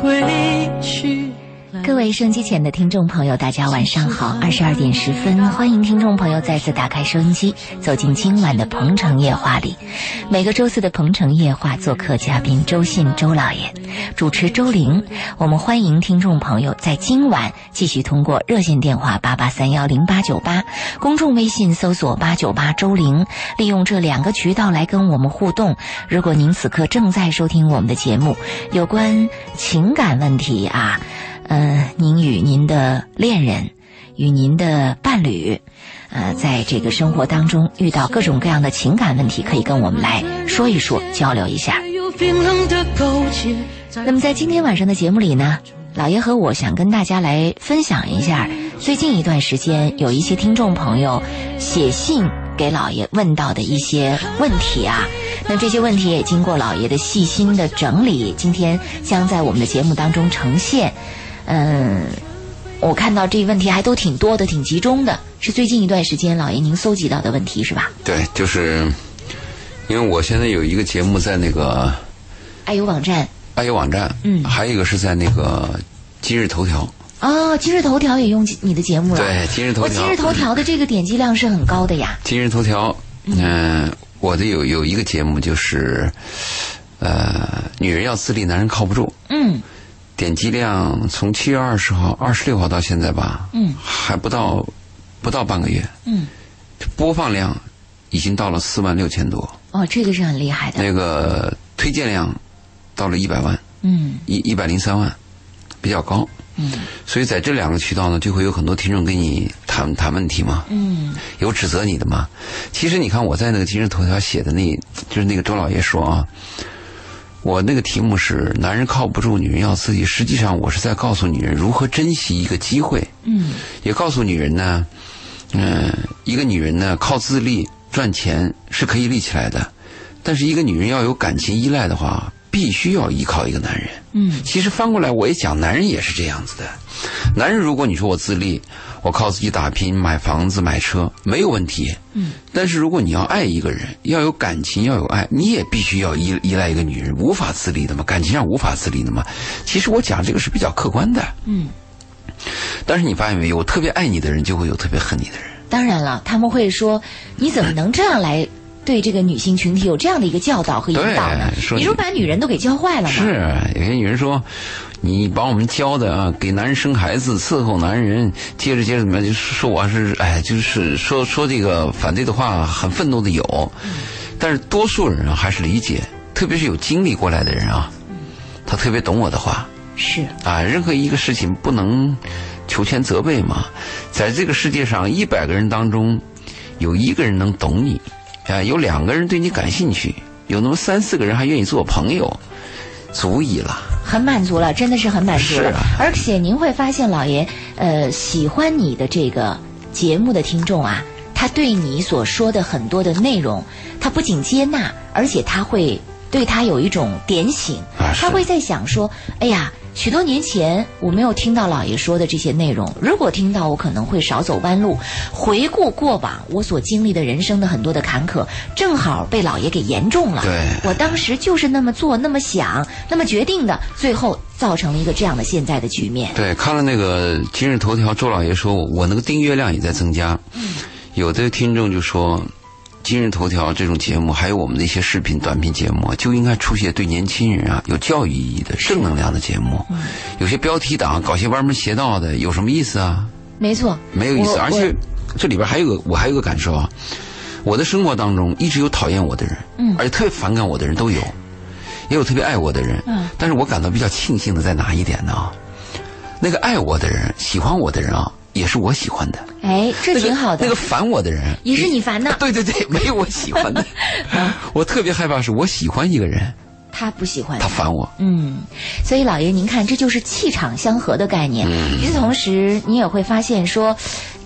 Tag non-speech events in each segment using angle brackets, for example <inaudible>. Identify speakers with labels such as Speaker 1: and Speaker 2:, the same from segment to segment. Speaker 1: 归去。
Speaker 2: 各位收音机前的听众朋友，大家晚上好，二十二点十分，欢迎听众朋友再次打开收音机，走进今晚的《鹏城夜话》里。每个周四的《鹏城夜话》做客嘉宾周信周老爷，主持周玲。我们欢迎听众朋友在今晚继续通过热线电话八八三幺零八九八，公众微信搜索八九八周玲，利用这两个渠道来跟我们互动。如果您此刻正在收听我们的节目，有关情感问题啊。呃，您与您的恋人、与您的伴侣，呃，在这个生活当中遇到各种各样的情感问题，可以跟我们来说一说，交流一下。
Speaker 1: 又冰冷的勾结。
Speaker 2: 那么在今天晚上的节目里呢，老爷和我想跟大家来分享一下，最近一段时间有一些听众朋友写信给老爷问到的一些问题啊。那这些问题也经过老爷的细心的整理，今天将在我们的节目当中呈现。嗯，我看到这问题还都挺多的，挺集中的，是最近一段时间老爷您搜集到的问题是吧？
Speaker 3: 对，就是因为我现在有一个节目在那个
Speaker 2: 爱友网站
Speaker 3: 爱优网站，
Speaker 2: 嗯
Speaker 3: 还有一个是在那个今日头条，
Speaker 2: 哦，今日头条也用你的节目了。
Speaker 3: 对，今日头
Speaker 2: 我哦
Speaker 3: 条，
Speaker 2: 今日头条的这个点击量是很高的呀。
Speaker 3: 今日头条，嗯、我的有有一个节目就是，呃，女人要自立，男人靠不住，
Speaker 2: 嗯，
Speaker 3: 点击量从七月二十号、二十六号到现在吧，
Speaker 2: 嗯，
Speaker 3: 还不到不到半个月，
Speaker 2: 嗯，
Speaker 3: 播放量已经到了四万六千多，
Speaker 2: 哦，这个是很厉害的。
Speaker 3: 那个推荐量到了一百万，
Speaker 2: 嗯
Speaker 3: 一一百零三万，比较高。
Speaker 2: 嗯
Speaker 3: 所以在这两个渠道呢，就会有很多听众跟你谈谈问题嘛，
Speaker 2: 嗯
Speaker 3: 有指责你的嘛。其实你看我在那个今日头条写的那，就是那个周老爷说啊，我那个题目是“男人靠不住，女人要自己”。实际上我是在告诉女人如何珍惜一个机会，
Speaker 2: 嗯
Speaker 3: 也告诉女人呢，嗯、一个女人呢靠自立赚钱是可以立起来的，但是一个女人要有感情依赖的话，必须要依靠一个男人。
Speaker 2: 嗯
Speaker 3: 其实翻过来我也讲，男人也是这样子的。男人如果你说我自立，我靠自己打拼，买房子买车没有问题。
Speaker 2: 嗯。
Speaker 3: 但是如果你要爱一个人，要有感情，要有爱，你也必须要依依赖一个女人，无法自立的嘛，感情上无法自立的嘛。其实我讲这个是比较客观的。
Speaker 2: 嗯。
Speaker 3: 但是你发现没有，我特别爱你的人就会有特别恨你的人。
Speaker 2: 当然了，他们会说，你怎么能这样来对这个女性群体有这样的一个教导和引导呢？
Speaker 3: 对说
Speaker 2: 你
Speaker 3: 你
Speaker 2: 说把女人都给教坏了嘛？
Speaker 3: 是，有些女人说，你把我们教的啊，给男人生孩子，伺候男人，接着接着怎么样，就说我是哎，就是说说这个反对的话，很愤怒的有，但是多数人啊还是理解，特别是有经历过来的人啊，他特别懂我的话
Speaker 2: 是，
Speaker 3: 啊，任何一个事情不能求全责备嘛，在这个世界上一百个人当中，有一个人能懂你，啊，有两个人对你感兴趣，有那么三四个人还愿意做我朋友。足以了。
Speaker 2: 很满足了，真的是很满足了。
Speaker 3: 是啊
Speaker 2: 而且您会发现，老爷，呃，喜欢你的这个节目的听众啊，他对你所说的很多的内容，他不仅接纳，而且他会对他有一种点醒，
Speaker 3: 啊是
Speaker 2: 他会在想说，哎呀。许多年前我没有听到老爷说的这些内容，如果听到，我可能会少走弯路。回顾过往我所经历的人生的很多的坎坷，正好被老爷给言中了。
Speaker 3: 对
Speaker 2: 我当时就是那么做、那么想、那么决定的，最后造成了一个这样的现在的局面。
Speaker 3: 对，看了那个今日头条，周老爷说我我那个订阅量也在增加。有的听众就说，今日头条这种节目，还有我们的一些视频短频节目啊，就应该出现对年轻人啊有教育意义的正能量的节目。有些标题党搞些歪门邪道的，有什么意思啊？
Speaker 2: 没错，
Speaker 3: 没有意思。
Speaker 2: 我
Speaker 3: 而且这里边还有个我还有个感受啊，我的生活当中一直有讨厌我的人，
Speaker 2: 嗯
Speaker 3: 而且特别反感我的人都有，也有特别爱我的人，
Speaker 2: 嗯
Speaker 3: 但是我感到比较庆幸的在哪一点呢？那个爱我的人、喜欢我的人啊，也是我喜欢的，
Speaker 2: 我哎，这挺好的，
Speaker 3: 那个烦我的人
Speaker 2: 也是你烦呐，
Speaker 3: <laughs> 对对对，没有我喜欢
Speaker 2: <laughs>
Speaker 3: 的。啊我特别害怕是我喜欢一个人，
Speaker 2: 他不喜欢
Speaker 3: 他烦我。
Speaker 2: 嗯，所以老爷，您看，这就是气场相合的概念。
Speaker 3: 嗯
Speaker 2: 与此同时，你也会发现说，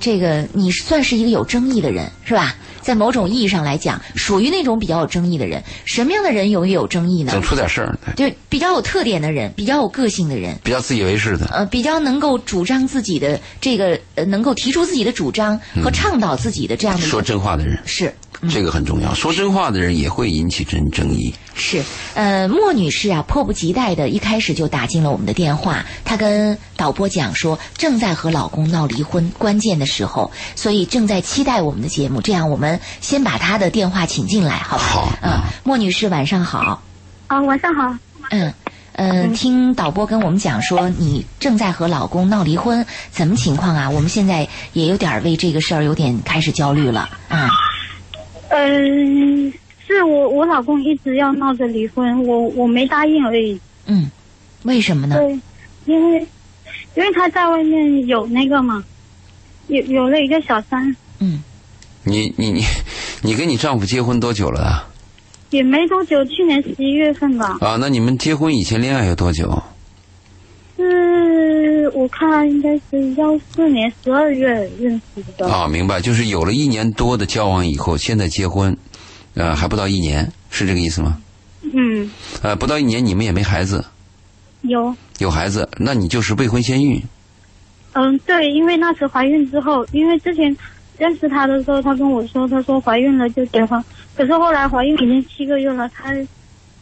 Speaker 2: 这个你算是一个有争议的人，是吧？在某种意义上来讲，属于那种比较有争议的人。什么样的人有有争议呢？
Speaker 3: 总出点事儿，对
Speaker 2: 就比较有特点的人，比较有个性的人，
Speaker 3: 比较自以为是的。
Speaker 2: 呃，比较能够主张自己的这个，呃，能够提出自己的主张和倡导自己的这样的一个
Speaker 3: 说真话的人，
Speaker 2: 嗯是
Speaker 3: 这个很重要。说真话的人也会引起争争议。
Speaker 2: 是，呃，莫女士啊，迫不及待的，一开始就打进了我们的电话。她跟导播讲说，正在和老公闹离婚，关键的时候，所以正在期待我们的节目。这样，我们先把她的电话请进来，好吧？
Speaker 3: 好
Speaker 2: 嗯、莫女士，晚上好。
Speaker 4: 啊，晚上好。
Speaker 2: 嗯，呃，听导播跟我们讲说，你正在和老公闹离婚，怎么情况啊？我们现在也有点儿为这个事儿有点开始焦虑了啊。
Speaker 4: 嗯、是我我老公一直要闹着离婚，我我没答应而已。
Speaker 2: 嗯，为什么呢？
Speaker 4: 对，因为因为他在外面有那个嘛，有有了一个小三，
Speaker 2: 嗯，
Speaker 3: 你你你，你跟你丈夫结婚多久了啊？
Speaker 4: 也没多久，去年十一月份吧。
Speaker 3: 啊，那你们结婚以前恋爱有多久？
Speaker 4: 是我看应该是幺四年十二月认识的。
Speaker 3: 啊，明白，就是有了一年多的交往以后，现在结婚，呃，还不到一年，是这个意思吗？
Speaker 4: 嗯，
Speaker 3: 呃，不到一年你们也没孩子，
Speaker 4: 有。
Speaker 3: 有孩子，那你就是未婚先孕。
Speaker 4: 嗯，对，因为那时怀孕之后，因为之前认识他的时候，他跟我说，他说怀孕了就结婚，可是后来怀孕已经七个月了，他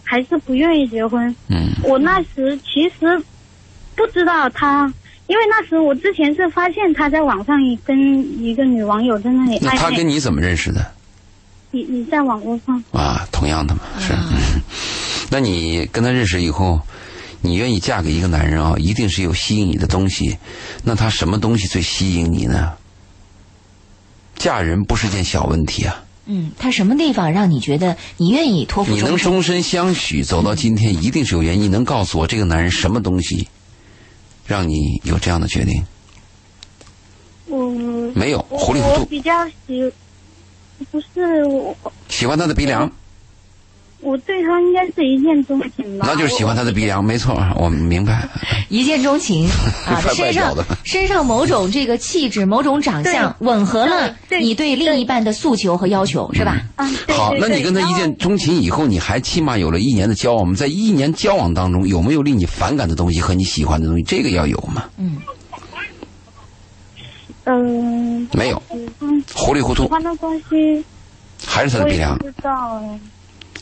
Speaker 4: 还是不愿意结婚。
Speaker 3: 嗯
Speaker 4: 我那时其实不知道他，因为那时我之前是发现他在网上跟一个女网友在那里，
Speaker 3: 那他
Speaker 4: 暧昧，
Speaker 3: 跟你怎么认识的？
Speaker 4: 你你在网络上，
Speaker 3: 啊，同样的嘛，是。嗯 <laughs> 那你跟他认识以后，你愿意嫁给一个男人啊、一定是有吸引你的东西。那他什么东西最吸引你呢？嫁人不是件小问题啊，
Speaker 2: 嗯，他什么地方让你觉得你愿意托付
Speaker 3: 你能
Speaker 2: 终身？
Speaker 3: 终身相许走到今天，一定是有原因。你能告诉我这个男人什么东西让你有这样的决定？
Speaker 4: 我
Speaker 3: 没有，
Speaker 4: 我
Speaker 3: 糊里糊
Speaker 4: 我
Speaker 3: 涂，
Speaker 4: 比较喜，不是我
Speaker 3: 喜欢他的鼻梁，
Speaker 4: 我对他应该是一见钟情吧，
Speaker 3: 那就是喜欢他的鼻梁，没错，我明白。
Speaker 2: 一见钟情
Speaker 3: <laughs>
Speaker 2: 啊，
Speaker 3: 快
Speaker 2: 身上
Speaker 3: 快搞的
Speaker 2: 身上某种这个气质、某种长相吻合了
Speaker 4: 对对
Speaker 2: 你对另一半的诉求和要求，是吧？
Speaker 4: 嗯，对
Speaker 3: 好，
Speaker 4: 对
Speaker 3: 那
Speaker 4: 对
Speaker 3: 你跟他
Speaker 4: 然
Speaker 3: 一
Speaker 4: 后
Speaker 3: 见钟情以后，你还起码有了一年的交往。我们在一年交往当中，有没有令你反感的东西和你喜欢的东西？这个要有嘛？
Speaker 2: 嗯，
Speaker 4: 嗯，
Speaker 3: 没有，
Speaker 4: 嗯，
Speaker 3: 糊里糊
Speaker 4: 喜
Speaker 3: 涂，
Speaker 4: 欢的东西
Speaker 3: 还是他
Speaker 4: 我
Speaker 3: 的鼻
Speaker 4: 也
Speaker 3: 梁
Speaker 4: 不。知道哎，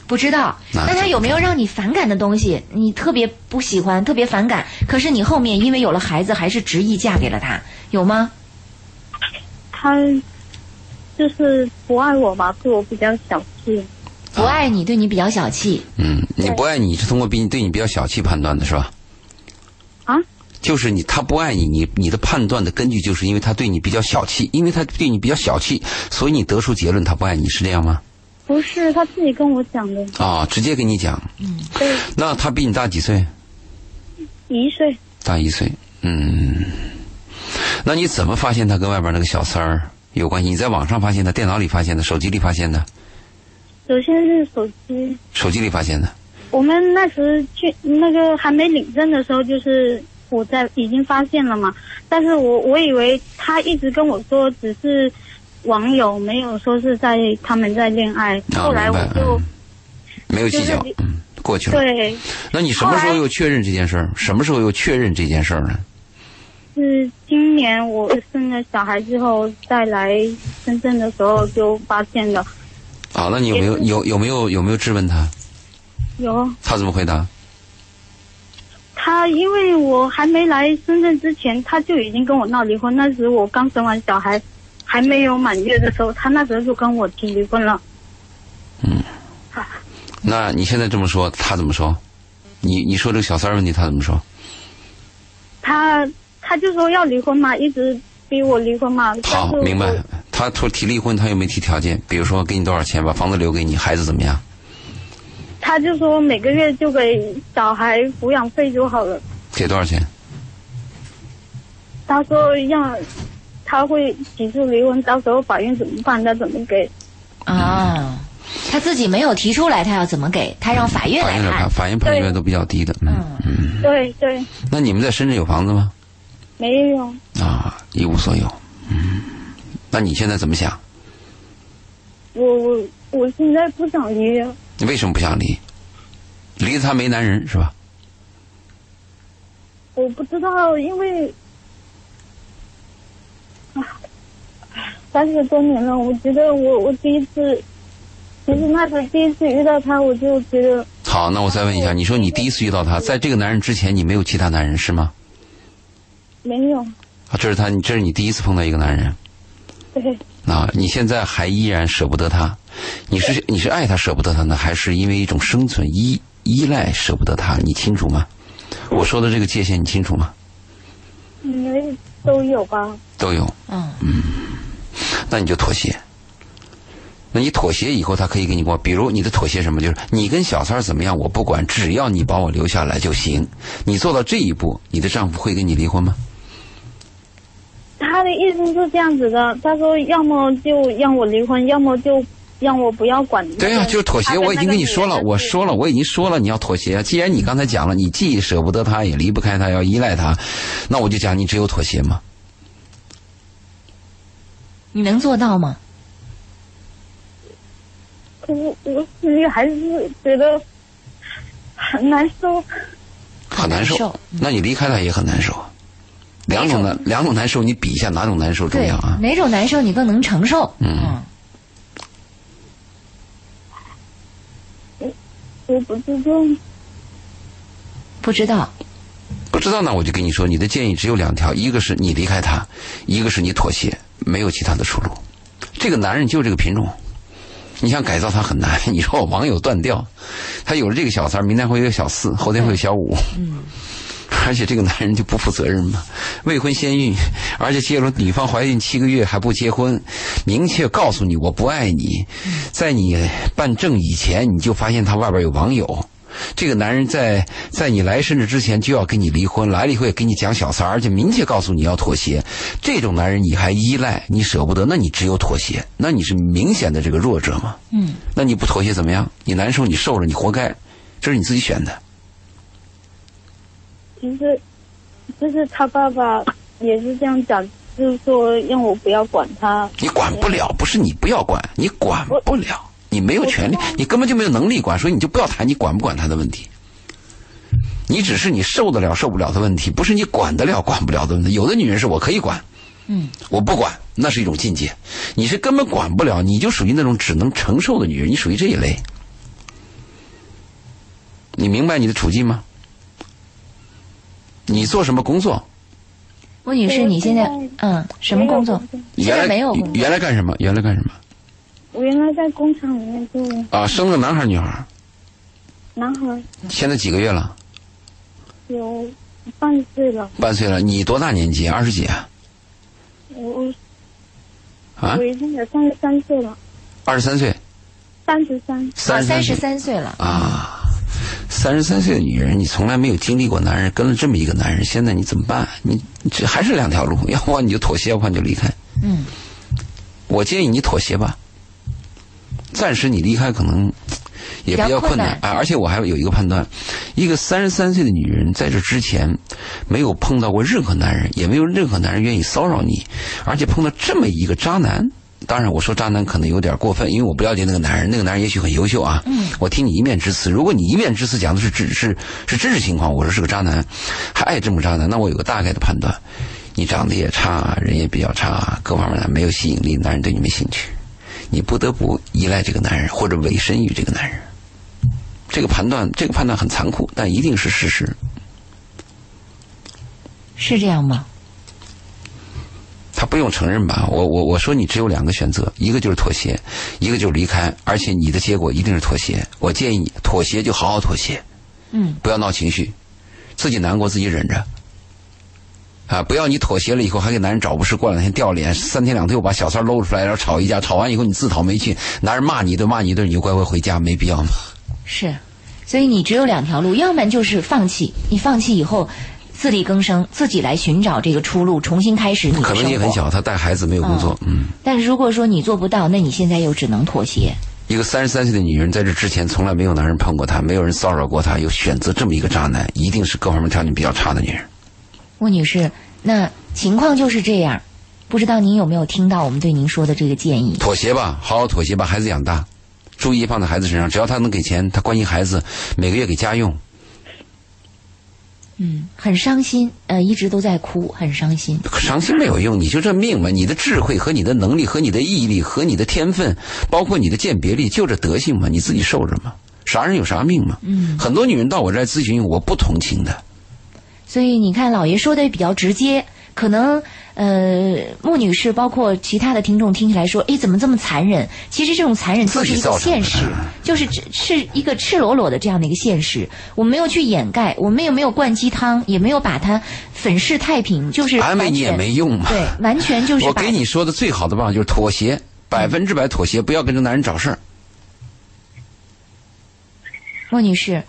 Speaker 2: 不知道。
Speaker 3: 那
Speaker 2: 那他有没有让你反感的东西？你特别不喜欢，特别反感，可是你后面因为有了孩子，还是执意嫁给了他，有吗？
Speaker 4: 他就是不爱我吧，嗯对我比较小气。
Speaker 2: 不爱你，对你比较小气。
Speaker 3: 嗯，你不爱你是通过比你对你比较小气判断的是吧？
Speaker 4: 啊，
Speaker 3: 就是你他不爱你，你你的判断的根据就是因为他对你比较小气，因为他对你比较小气，所以你得出结论他不爱你是这样吗？
Speaker 4: 不是他自己跟我讲的，
Speaker 3: 啊、直接给你讲。
Speaker 4: 对，
Speaker 3: 那他比你大几岁？
Speaker 4: 一岁。
Speaker 3: 大一岁，嗯，那你怎么发现他跟外边那个小三儿有关系？你在网上发现的，电脑里发现的，手机里发现的，
Speaker 4: 首先是手机，
Speaker 3: 手机里发现的。
Speaker 4: 我们那时去那个还没领证的时候，就是我在已经发现了嘛，但是我我以为他一直跟我说只是网友，没有说是在他们在恋爱。
Speaker 3: 啊
Speaker 4: 后来我
Speaker 3: 明白
Speaker 4: 就
Speaker 3: 嗯没有计较
Speaker 4: 就是，
Speaker 3: 嗯，过去了。
Speaker 4: 对。
Speaker 3: 那你什么时
Speaker 4: 后
Speaker 3: 候
Speaker 4: 来
Speaker 3: 又确认这件事儿？什么时候又确认这件事儿呢？
Speaker 4: 是今年我生了小孩之后，再来深圳的时候就发现了
Speaker 3: 啊，那你有没有
Speaker 4: 也是
Speaker 3: 有有没有有没有质问他？
Speaker 4: 有
Speaker 3: 他怎么回答？
Speaker 4: 他，因为我还没来深圳之前，他就已经跟我闹离婚。那时我刚生完小孩，还没有满月的时候，他那时候就跟我提离婚了。
Speaker 3: 嗯那你现在这么说，他怎么说？你你说这个小三儿问题，他怎么说？
Speaker 4: 他他就说要离婚嘛，一直逼我离婚嘛。但
Speaker 3: 好
Speaker 4: 是，我
Speaker 3: 明白。他说提离婚，他又没提条件，比如说给你多少钱，把房子留给你，孩子怎么样？
Speaker 4: 他就说每个月就给小孩抚养费就好了。
Speaker 3: 给多少钱？
Speaker 4: 他说要他会起诉离婚，到时候法院怎么办？他怎么给？
Speaker 2: 啊，他自己没有提出来，他要怎么给？他让法院
Speaker 3: 法
Speaker 2: 来
Speaker 3: 院来
Speaker 2: 判
Speaker 3: 判，。法院判决
Speaker 4: 对
Speaker 3: 都比较低的。嗯
Speaker 2: 嗯
Speaker 3: 嗯。
Speaker 4: 对对，
Speaker 3: 那你们在深圳有房子吗？
Speaker 4: 没有，
Speaker 3: 啊，一无所有。嗯，那你现在怎么想？
Speaker 4: 我我我现在不想离，
Speaker 3: 你为什么不想离？离了他没男人是吧？
Speaker 4: 我不知道，因为三十多年了，我觉得我我第一次
Speaker 5: 其实那时候第一次遇到他，我就觉得
Speaker 3: 好，那我再问一下，你说你第一次遇到他，在这个男人之前，你没有其他男人是吗？
Speaker 5: 没有，
Speaker 3: 啊，这是他，这是你第一次碰到一个男人
Speaker 5: 对，
Speaker 3: 啊，你现在还依然舍不得他，你是你是爱他舍不得他呢，还是因为一种生存依依赖舍不得他？你清楚吗？我说的这个界限你清楚吗？
Speaker 5: 因为都有吧。
Speaker 3: 都有，
Speaker 2: 嗯，
Speaker 3: 那你就妥协。那你妥协以后，他可以给你过，比如你的妥协什么，就是你跟小三儿怎么样，我不管，只要你把我留下来就行。你做到这一步，你的丈夫会跟你离婚吗？
Speaker 5: 他的意思是这样子的，他说要么就让我离婚，要么就让我不要管。
Speaker 3: 对呀、就是妥协。我已经跟你说了，我说了，我已经说了，你要妥协。既然你刚才讲了，你既舍不得他，也离不开他，要依赖他，那我就讲你只有妥协嘛。
Speaker 2: 你能做到吗？
Speaker 5: 可是我心里还是觉得很难受。
Speaker 3: 很难受。
Speaker 2: 很难
Speaker 3: 嗯
Speaker 2: 受
Speaker 3: 那你离开他也很难受啊。两种难，两种难受，你比一下哪种难受重
Speaker 2: 对
Speaker 3: 要啊，？
Speaker 2: 哪种难受你更能承受？
Speaker 3: 嗯
Speaker 5: 我不知道，
Speaker 2: 不知道，
Speaker 3: 不知道呢，我就跟你说，你的建议只有两条，一个是你离开他，一个是你妥协，没有其他的出路。这个男人就这个品种，你想改造他很难。 <laughs> 你说我网友断掉，他有了这个小三儿，明天会有小四，后天会有小五，
Speaker 2: 嗯，
Speaker 3: 而且这个男人就不负责任嘛，未婚先孕，而且结了女方怀孕七个月还不结婚，明确告诉你我不爱你，在你办证以前你就发现他外边有网友。这个男人在在你来甚至之前就要跟你离婚，来了以后也跟你讲小三儿，而且明确告诉你要妥协。这种男人你还依赖，你舍不得，那你只有妥协，那你是明显的这个弱者嘛？
Speaker 2: 嗯，
Speaker 3: 那你不妥协怎么样？你难受，你受了，你活该，这是你自己选的。
Speaker 5: 其实就是他爸爸也是这样讲，就是说让我不要管他。
Speaker 3: 你管不了，不是你不要管，你管不了，你没有权利，你根本就没有能力管，所以你就不要谈你管不管他的问题。你只是你受得了受不了的问题，不是你管得了管不了的问题。有的女人是我可以管，
Speaker 2: 嗯，
Speaker 3: 我不管，那是一种境界。你是根本管不了，你就属于那种只能承受的女人，你属于这一类。你明白你的处境吗？你做什么工作？
Speaker 2: 吴女士，
Speaker 5: 对
Speaker 2: 你现在
Speaker 5: 现在
Speaker 2: 嗯什么工作
Speaker 5: 没有？
Speaker 2: 现在
Speaker 3: 原来
Speaker 2: 没有工作
Speaker 3: 原来干什么？原来干什么？
Speaker 5: 我原来在工厂里面做
Speaker 3: 啊，生了男孩儿女孩儿？
Speaker 5: 男孩，
Speaker 3: 现在几个月了？
Speaker 5: 有半岁了，
Speaker 3: 半岁了，你多大年纪？二十几啊？
Speaker 5: 我
Speaker 3: 啊
Speaker 5: 我，已经有三十三岁了，
Speaker 3: 二十三岁，
Speaker 5: 三十三。
Speaker 2: 啊，
Speaker 3: 三
Speaker 2: 三十
Speaker 3: 岁
Speaker 2: 三岁了，
Speaker 3: 啊，三十三岁的女人，你从来没有经历过男人，跟了这么一个男人，现在你怎么办？你这还是两条路，要不然你就妥协，要不然你就离开。
Speaker 2: 嗯，
Speaker 3: 我建议你妥协吧，暂时你离开可能也比
Speaker 2: 比
Speaker 3: 较
Speaker 2: 较困
Speaker 3: 困难啊。而且我还有一个判断，一个三十三岁的女人在这之前没有碰到过任何男人，也没有任何男人愿意骚扰你，而且碰到这么一个渣男。当然，我说渣男可能有点过分，因为我不了解那个男人，那个男人也许很优秀啊。嗯，我听你一面之词，如果你一面之词讲的是只是是真实情况，我说是个渣男，还爱这么渣男，那我有个大概的判断，你长得也差，人也比较差，各方面呢没有吸引力，男人对你没兴趣，你不得不依赖这个男人或者委身于这个男人。这个判断，这个判断很残酷，但一定是事实。
Speaker 2: 是这样吗？
Speaker 3: 他不用承认吧？我我我说你只有两个选择，一个就是妥协，一个就是离开，而且你的结果一定是妥协。我建议你妥协就好好妥协，
Speaker 2: 嗯，
Speaker 3: 不要闹情绪，自己难过自己忍着。啊！不要你妥协了以后还给男人找不是，过两天掉脸，三天两头又把小三搂出来，然后吵一架，吵完以后你自讨没趣，男人骂你一顿，骂你一顿，你就乖乖回家，没必要嘛。
Speaker 2: 是，所以你只有两条路，要么就是放弃，你放弃以后自力更生，自己来寻找这个出路，重新开始你的
Speaker 3: 可能
Speaker 2: 生
Speaker 3: 性很
Speaker 2: 活。
Speaker 3: 小，他带孩子没有工作，嗯。
Speaker 2: 但是如果说你做不到，那你现在又只能妥协。
Speaker 3: 一个三十三岁的女人，在这之前从来没有男人碰过她，没有人骚扰过她，又选择这么一个渣男，一定是各方面条件比较差的女人。
Speaker 2: 吴女士，那情况就是这样，不知道您有没有听到我们对您说的这个建议？
Speaker 3: 妥协吧，好好妥协，把孩子养大，注意放在孩子身上，只要他能给钱，他关心孩子，每个月给家用，
Speaker 2: 嗯，很伤心，呃，一直都在哭，很伤心。
Speaker 3: 伤心没有用，你就这命吧。你的智慧和你的能力和你的毅力和你的天分，包括你的鉴别力，就这德性嘛，你自己受着嘛。啥人有啥命嘛。嗯，很多女人到我这儿咨询，我不同情的。
Speaker 2: 所以你看，老爷说的比较直接，可能呃，穆女士包括其他的听众听起来说，哎，怎么这么残忍？其实这种残忍就是一个现实
Speaker 3: 自己造成的，
Speaker 2: 就是赤是一个赤裸裸的这样的一个现实。我们没有去掩盖，我们也没有灌鸡汤，也没有把它粉饰太平，就是
Speaker 3: 安慰你也
Speaker 2: 完全
Speaker 3: 没用 <laughs> 嘛。
Speaker 2: 对，完全就是
Speaker 3: 我
Speaker 2: 把
Speaker 3: 给你说的最好的办法就是妥协，百分之百妥协，不要跟这男人找事儿，
Speaker 2: 莫女士，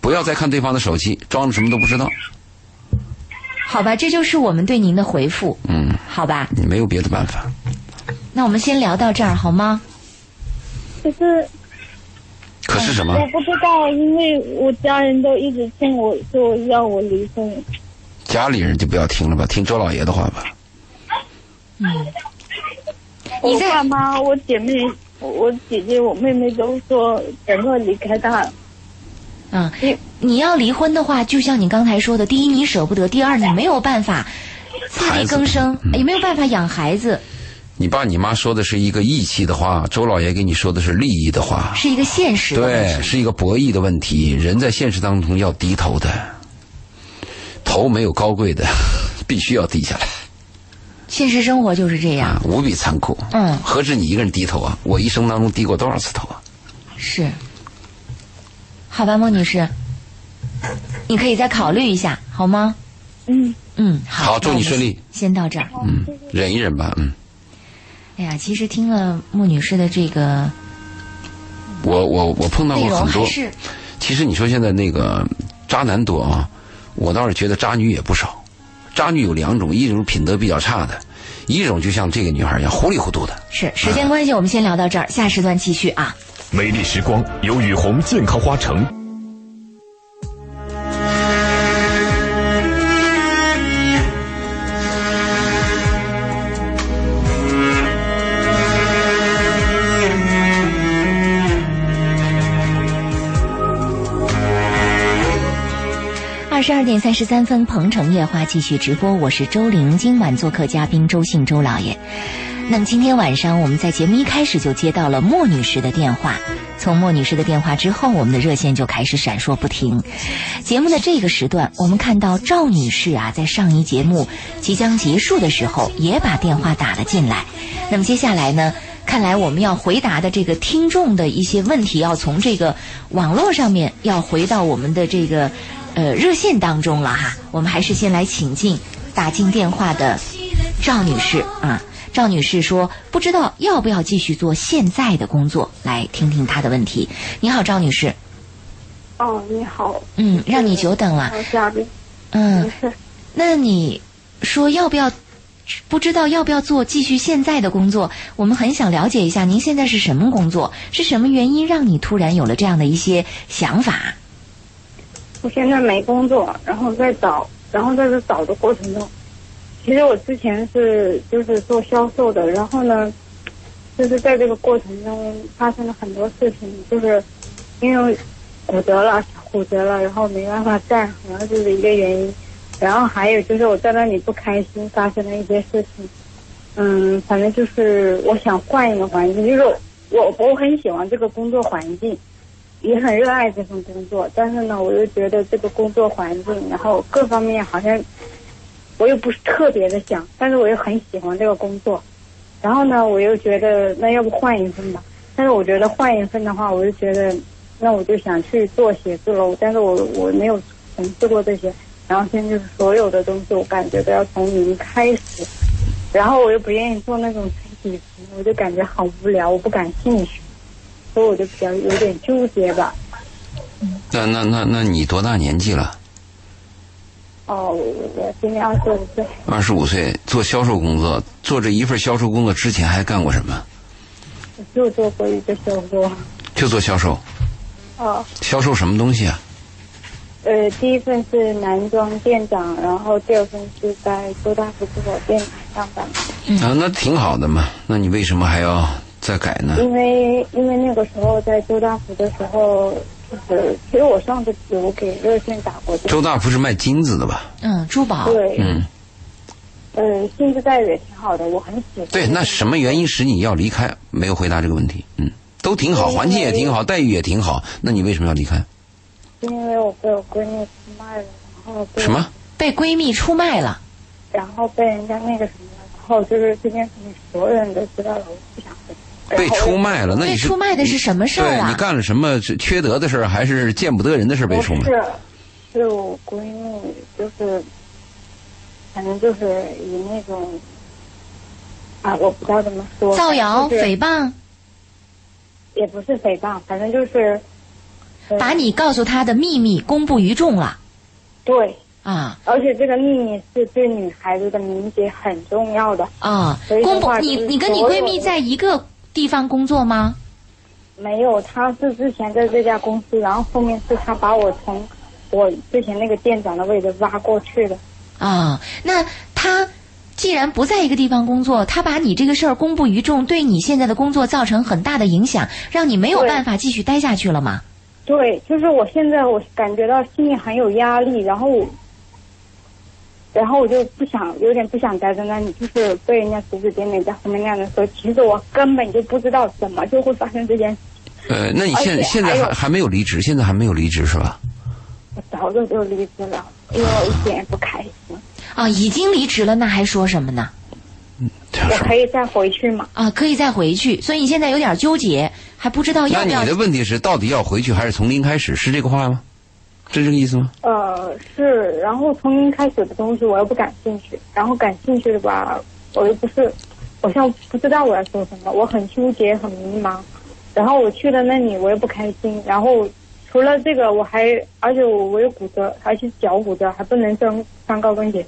Speaker 3: 不要再看对方的手机，装着什么都不知道。
Speaker 2: 好吧，这就是我们对您的回复，
Speaker 3: 嗯，
Speaker 2: 好吧？
Speaker 3: 你没有别的办法。
Speaker 2: 那我们先聊到这儿好吗？
Speaker 5: 可是
Speaker 3: 可是什么？
Speaker 2: 嗯
Speaker 5: 我不知道，因为我家人都一直劝我说要我离婚。
Speaker 3: 家里人就不要听了吧，听周老爷的话吧。
Speaker 2: 你
Speaker 5: 我
Speaker 2: 在
Speaker 5: 爸妈、我姐妹、我姐姐、我妹妹都说赶快离开他。
Speaker 2: 嗯
Speaker 5: 你，
Speaker 2: 你要离婚的话，就像你刚才说的，第一你舍不得，第二你没有办法自力更生，
Speaker 3: 嗯
Speaker 2: 也没有办法养孩子，
Speaker 3: 你爸你妈说的是一个义气的话，周老爷给你说的是利益的话，
Speaker 2: 是一个现实的问
Speaker 3: 对，
Speaker 2: 题。
Speaker 3: 是一个博弈的问题。人在现实当中要低头的，头没有高贵的，必须要低下来
Speaker 2: 现实生活就是这样，
Speaker 3: 啊，无比残酷。
Speaker 2: 嗯
Speaker 3: 何止你一个人低头啊？我一生当中低过多少次头啊？
Speaker 2: 是。好吧，孟女士，你可以再考虑一下，好吗？
Speaker 5: 嗯，
Speaker 2: 嗯，好。
Speaker 3: 好祝你
Speaker 2: 那我们
Speaker 3: 顺利
Speaker 2: 先到这儿。
Speaker 3: 嗯，忍一忍吧，嗯。
Speaker 2: 哎呀，其实听了穆女士的这个
Speaker 3: 我我我碰到
Speaker 2: 内
Speaker 3: 过
Speaker 2: 容，
Speaker 3: 很
Speaker 2: 还
Speaker 3: 多，
Speaker 2: 是
Speaker 3: 其实你说现在那个渣男多啊，我倒是觉得渣女也不少。渣女有两种，一种品德比较差的，一种就像这个女孩一样糊里糊涂的。
Speaker 2: 是时间关系，我们先聊到这儿，下时段继续啊。
Speaker 6: 美丽时光由雨虹健康花城
Speaker 2: 二十二点三十三分，鹏城夜话继续直播，我是周玲。今晚做客嘉宾周信周老爷。那么今天晚上我们在节目一开始就接到了莫女士的电话，从莫女士的电话之后，我们的热线就开始闪烁不停。节目的这个时段，我们看到赵女士啊，在上一节目即将结束的时候，也把电话打了进来。那么接下来呢？看来我们要回答的这个听众的一些问题，要从这个网络上面要回到我们的这个呃热线当中了哈。我们还是先来请进打进电话的赵女士啊。赵女士说：“不知道要不要继续做现在的工作？”来听听她的问题。你好，赵女士，
Speaker 4: 哦，你好，
Speaker 2: 嗯，让你久等了，
Speaker 4: 我嘉宾，
Speaker 2: 嗯
Speaker 4: 没，事，
Speaker 2: 那你说要不要？不知道要不要做继续现在的工作？我们很想了解一下，您现在是什么工作？是什么原因让你突然有了这样的一些想法？
Speaker 4: 我现在没工作，然后在找，然后在这找的过程中，其实我之前是就是做销售的，然后呢，就是在这个过程中发生了很多事情，就是因为骨折了，骨折了，然后没办法站，然后这是一个原因，然后还有就是我在那里不开心，发生了一些事情，嗯，反正就是我想换一个环境，就是我我很喜欢这个工作环境。也很热爱这份工作，但是呢，我又觉得这个工作环境，然后各方面好像我又不是特别的想，但是我又很喜欢这个工作。然后呢，我又觉得那要不换一份吧，但是我觉得换一份的话，我就觉得那我就想去做写字楼，但是我我没有从事过这些，然后现在就是所有的东西我感觉都要从零开始，然后我又不愿意做那种底层，我就感觉好无聊，我不感兴趣。所以我就比较有点纠结吧。
Speaker 3: 那那那那你多大年纪了？
Speaker 4: 哦，我我今年二十五岁，
Speaker 3: 二十五岁，做销售工作，做这一份销售工作之前还干过什么？
Speaker 4: 我就做过一个销售。
Speaker 3: 就做销售，
Speaker 4: 哦，
Speaker 3: 销售什么东西啊？
Speaker 4: 呃，第一份是男装店长，然后第二份是在周大福珠宝店上班，
Speaker 2: 嗯
Speaker 3: 啊，那挺好的嘛。那你
Speaker 2: 嗯
Speaker 3: 为什么还要再改呢？
Speaker 4: 因为因为那个时候在周大福的时候，就是其实我上次有给热线打过电
Speaker 3: 周
Speaker 4: 话，
Speaker 3: 大福是卖金子的吧？
Speaker 2: 嗯，珠宝，
Speaker 4: 对，
Speaker 3: 嗯，
Speaker 4: 嗯，性质待遇也挺好的，我很喜欢。
Speaker 3: 对，那什么原因使你要离开？没有回答这个问题。嗯，都挺好，
Speaker 4: 对
Speaker 3: 环境也挺好，待遇也挺好，那你为什么要离开？
Speaker 4: 因为我被我闺蜜出卖了，然后被
Speaker 3: 什么？
Speaker 2: 被闺蜜出卖了。
Speaker 4: 然后被人家那个什么，然后就是这件事情所有人都知道了，我不想跟。
Speaker 3: 被出卖了？
Speaker 2: 哎
Speaker 3: 那
Speaker 2: 被
Speaker 3: 你是
Speaker 2: 出卖的是什么事儿
Speaker 3: 对你
Speaker 2: 啊？
Speaker 3: 干了什么是缺德的事儿，还是见不得人的事儿被出卖
Speaker 4: 不？是，是我闺蜜，就是，反正就是以那种，啊，我不知道怎么说，
Speaker 2: 造谣、
Speaker 4: 就是
Speaker 2: 诽谤，
Speaker 4: 也不是诽谤，反正就是，呃
Speaker 2: 把你告诉他的秘密公布于众了
Speaker 4: 对，
Speaker 2: 啊
Speaker 4: 而且这个秘密是对女孩子的理解很重要的，
Speaker 2: 啊！
Speaker 4: 所以的
Speaker 2: 公布
Speaker 4: 话
Speaker 2: 你，
Speaker 4: 就是
Speaker 2: 你跟你
Speaker 4: 所有
Speaker 2: 闺蜜在一个地方工作吗？
Speaker 4: 没有，他是之前在这家公司，然后后面是他把我从我之前那个店长的位置挖过去的。
Speaker 2: 啊，那他既然不在一个地方工作，他把你这个事儿公布于众，对你现在的工作造成很大的影响，让你没有
Speaker 4: 对
Speaker 2: 办法继续待下去了吗？
Speaker 4: 对，就是我现在我感觉到心里很有压力，然后我，然后我就不想，有点不想待在那里，就是被人家指指点点在后面那样的时候，其实我根本就不知道怎么就会发生这件事，
Speaker 3: 呃，那你
Speaker 2: 哎
Speaker 3: 现
Speaker 4: 而且
Speaker 3: 现在
Speaker 4: 还有
Speaker 3: 还还没有离职，现在还没有离职是吧？
Speaker 4: 我早就就离职了，因为我一点也不开心。
Speaker 2: 啊，已经离职了，那还说什么呢？
Speaker 3: 这样
Speaker 4: 我
Speaker 3: 是吧
Speaker 4: 可以再回去吗？
Speaker 2: 啊，可以再回去，所以你现在有点纠结，还不知道
Speaker 3: 那
Speaker 2: 要不
Speaker 3: 你
Speaker 2: 要
Speaker 3: 的问题是到底要回去还是从零开始？是这个话吗？是这个意思吗？
Speaker 4: 呃，是，然后从零开始的东西我又不感兴趣，然后感兴趣的吧，我又不是，我像不知道我要做什么，我很纠结，很迷茫。然后我去了那里，我又不开心。然后除了这个，我还而且我我有骨折，而且脚骨折，还不能穿穿高跟鞋。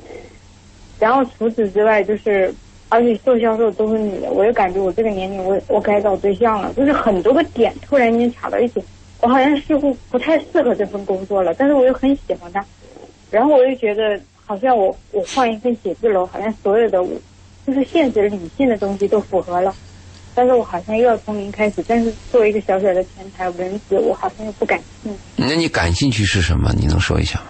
Speaker 4: 然后除此之外，就是而且做销售都是女的，我又感觉我这个年龄我，我该找对象了，就是很多个点突然间卡到一起，我好像似乎不太适合这份工作了，但是我又很喜欢它，然后我又觉得好像我我换一份写字楼，好像所有的我就是现实理性的东西都符合了。但是我好像又要从零开始，但是作为一个小小的前台文职，我好像又不敢信。
Speaker 3: 那你感兴趣是什么？你能说一下吗？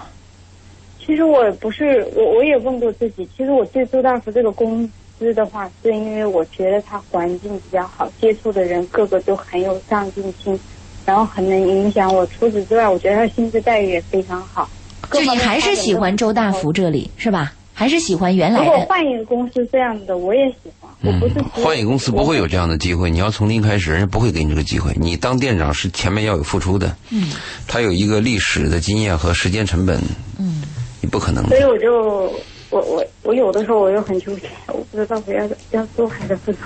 Speaker 4: 其实我不是，我我也问过自己，其实我对周大福这个公司的话，是因为我觉得他环境比较好，接触的人个个都很有上进心，然后很能影响我。除此之外，我觉得他薪资待遇也非常好。各
Speaker 2: 就
Speaker 4: 方
Speaker 2: 你
Speaker 4: 面
Speaker 2: 还
Speaker 4: 发
Speaker 2: 是
Speaker 4: 展
Speaker 2: 喜
Speaker 4: 都
Speaker 2: 欢
Speaker 4: 很
Speaker 2: 周大
Speaker 4: 好
Speaker 2: 福这里是吧？还是喜欢原
Speaker 3: 嗯
Speaker 2: 来
Speaker 4: 如果
Speaker 2: 的？
Speaker 4: 换一个公司这样的，我也喜欢。我不是只有
Speaker 3: 换一个公司不会有这样的机会，你要从零开始，人家不会给你这个机会。你当店长是前面要有付出的，嗯，他有一个历史的经验和时间成本，
Speaker 2: 嗯，
Speaker 3: 你不可能
Speaker 4: 所以
Speaker 3: 的。
Speaker 4: 我就我我我有的时候我又很纠结，我不知道我要要做还是不做。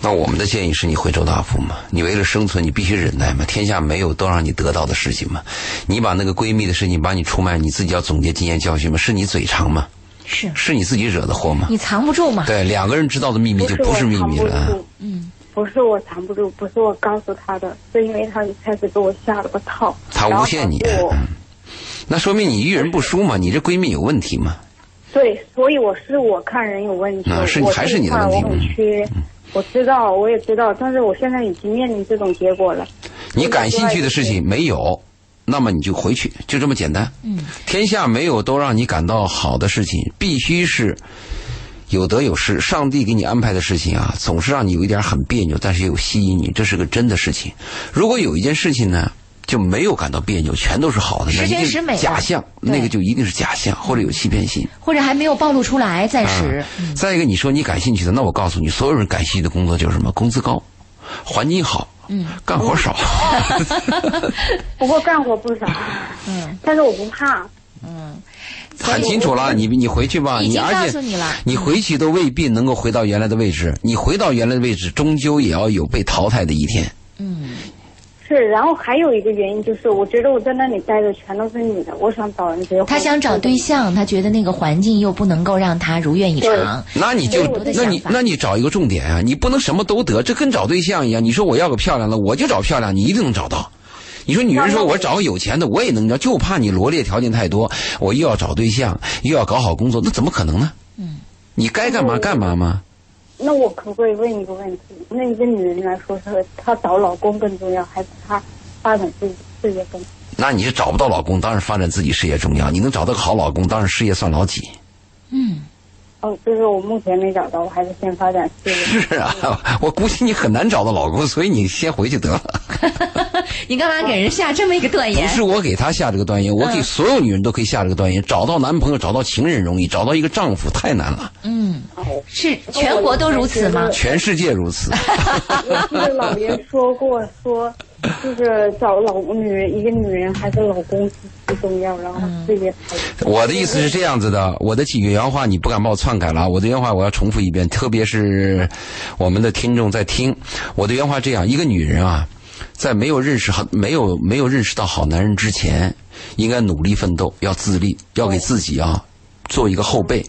Speaker 3: 那我们的建议是你回周大福嘛，你为了生存，你必须忍耐嘛，天下没有都让你得到的事情嘛。你把那个闺蜜的事情把你出卖，你自己要总结经验教训嘛，是你嘴长嘛，
Speaker 2: 是
Speaker 3: 是你自己惹的祸嘛。
Speaker 2: 你藏不住嘛？
Speaker 3: 对，两个人知道的秘密就不是秘密
Speaker 4: 我藏不
Speaker 3: 了啊
Speaker 4: 住。，
Speaker 2: 嗯，
Speaker 4: 不是我藏不住，不是我告诉他的，是因为他一开始给我下了个套，
Speaker 3: 他诬陷你
Speaker 4: 然后导致我
Speaker 3: 嗯那说明你遇人不淑嘛，你这闺蜜有问题嘛。
Speaker 4: 对，所以我是我看人有问题，
Speaker 3: 啊是你
Speaker 4: 我
Speaker 3: 还是你的问嗯题
Speaker 4: 我很缺，我知道，我也知道，但是我现在已经面临这种结果了。
Speaker 3: 你感兴趣的事情没有，那么你就回去，就这么简单。嗯，天下没有都让你感到好的事情，必须是有得有失。上帝给你安排的事情啊，总是让你有一点很别扭，但是又吸引你，这是个真的事情。如果有一件事情呢？就没有感到别扭，全都是好的，那
Speaker 2: 十
Speaker 3: 一
Speaker 2: 全
Speaker 3: 定
Speaker 2: 十美
Speaker 3: 是假象，
Speaker 2: 对
Speaker 3: 那个就一定是假象，或者有欺骗性。
Speaker 2: 或者还没有暴露出来，暂
Speaker 3: 啊
Speaker 2: 时。
Speaker 3: 再一个，你说你感兴趣的，那我告诉你，所有人感兴趣的工作就是什么？工资高，环境好，嗯，干活
Speaker 2: <laughs>
Speaker 3: 少。
Speaker 4: 不过干活不少，嗯，但是我不怕，
Speaker 3: 很清楚了，你你回去吧，
Speaker 2: 已经
Speaker 3: 啊你而
Speaker 2: 告
Speaker 3: 且
Speaker 2: 诉你了
Speaker 3: 你回去都未必能够回到原来的位置，你回到原来的位置，终究也要有被淘汰的一天。
Speaker 4: 是，然后还有一个原因就是，我觉得我在那里待着全都是女的，我想找人结婚。
Speaker 2: 他想找对象，他觉得那个环境又不能够让他如愿以偿。
Speaker 3: 那你就
Speaker 2: 对我的
Speaker 3: 那你
Speaker 2: 想法
Speaker 3: 那你找一个重点啊，你不能什么都得，这跟找对象一样。你说我要个漂亮的，我就找漂亮，你一定能找到。你说女人说我找个有钱的，我也能找，就怕你罗列条件太多，我又要找对象，又要搞好工作，那怎么可能呢？嗯，你该干嘛干嘛嘛。
Speaker 4: 那我可不可以问一个问题？那一个女人来说，是她找老公更重要，还是她发展自己事业更好。
Speaker 3: 那你是找不到老公，当然发展自己事业重要。你能找到个好老公，当然事业算老几。
Speaker 2: 嗯，
Speaker 4: 哦，就是我目前没找到，我还是先发展事业。
Speaker 3: <laughs> 是啊，我估计你很难找到老公，所以你先回去得了。
Speaker 2: <laughs> 你干嘛给人下这么一个断
Speaker 3: 不
Speaker 2: 言？
Speaker 3: 是我给他下这个断言，我给所有女人都可以下这个断言：找到男朋友、找到情人容易，找到一个丈夫太难了。
Speaker 2: 嗯，
Speaker 3: <laughs>
Speaker 2: 是全国都如此吗？
Speaker 3: 全世界如此。
Speaker 4: 我记得老爷说过，说就是找老女一个女人还是老公最重要，然后事业才
Speaker 3: 我的意思是这样子的，我的几个原话你不敢把我篡改了啊，我的原话我要重复一遍，特别是我们的听众在听，我的原话这样：一个女人啊，在没有认识好没有没有认识到好男人之前，应该努力奋斗，要自立，要给自己啊做一个后背。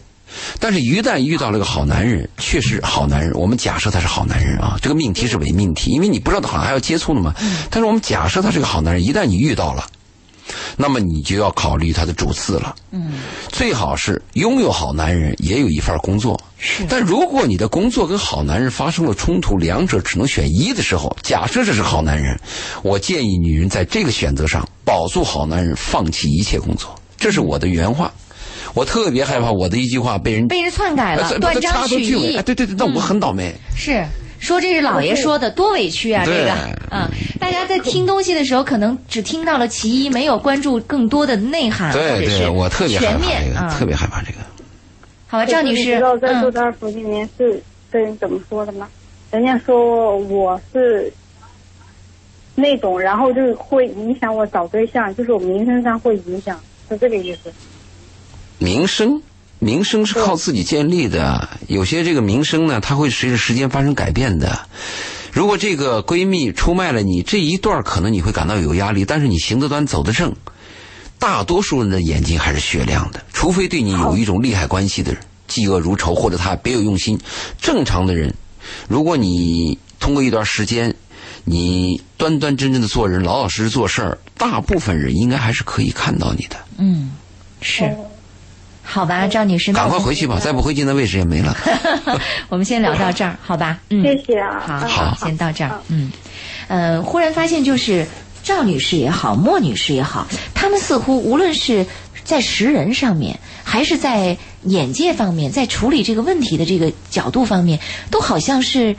Speaker 3: 但是，一旦遇到了个好男人，确实好男人，我们假设他是好男人啊，这个命题是伪命题，因为你不知道他好像还要接触呢嘛。但是我们假设他是个好男人，一旦你遇到了，那么你就要考虑他的主次了。
Speaker 2: 嗯，
Speaker 3: 最好是拥有好男人，也有一份工作。
Speaker 2: 是
Speaker 3: 但如果你的工作跟好男人发生了冲突，两者只能选一的时候，假设这是好男人，我建议女人在这个选择上保住好男人，放弃一切工作。这是我的原话。我特别害怕我的一句话被人
Speaker 2: 被人篡改
Speaker 3: 呃 <laughs>
Speaker 2: 了，
Speaker 3: 这
Speaker 2: 断
Speaker 3: 插
Speaker 2: 章
Speaker 3: 头
Speaker 2: 取
Speaker 3: 句尾
Speaker 2: 义嗯
Speaker 3: 哎。对对对，那我很倒霉。
Speaker 2: 是说这是老爷说的，多委屈啊！这
Speaker 3: 对
Speaker 2: 个，嗯，大家在听东西的时候，可能只听到了其一，没有关注更多的内涵，或
Speaker 3: 对
Speaker 2: 者
Speaker 3: 对，
Speaker 2: 是
Speaker 3: 我特别害
Speaker 2: 嗯全
Speaker 3: 怕
Speaker 2: 面
Speaker 3: 这个，
Speaker 2: 啊。
Speaker 3: 特别害怕这个。
Speaker 2: 好啊吧，赵女
Speaker 4: 你
Speaker 2: 士
Speaker 4: 知，道在做
Speaker 2: 嗯，
Speaker 4: 这二十今年是跟人怎么说的吗？人家说我是那种，然后就是会影响我找对象，就是我名声上会影响，是这个意思。
Speaker 3: 名声，名声是靠自己建立的。有些这个名声呢，它会随着时间发生改变的。如果这个闺蜜出卖了你，这一段可能你会感到有压力，但是你行得端，走得正。大多数人的眼睛还是雪亮的，除非对你有一种利害关系的人，嫉恶如仇，或者他别有用心。正常的人，如果你通过一段时间，你端端正正的做人，老老实实做事儿，大部分人应该还是可以看到你的。
Speaker 2: 嗯，是。好吧，赵女士，那
Speaker 3: 赶
Speaker 2: 我
Speaker 3: 快
Speaker 2: 们
Speaker 3: 回去吧，再不回去那位置也没了。
Speaker 2: 我们先聊到这儿，好吧？嗯，
Speaker 4: 谢谢啊，
Speaker 2: 好，
Speaker 4: 嗯
Speaker 3: 好
Speaker 2: 先到这儿。嗯，呃，忽然发现就是赵女士也好，莫女士也好，她们似乎无论是在识人上面，还是在眼界方面，在处理这个问题的这个角度方面，都好像是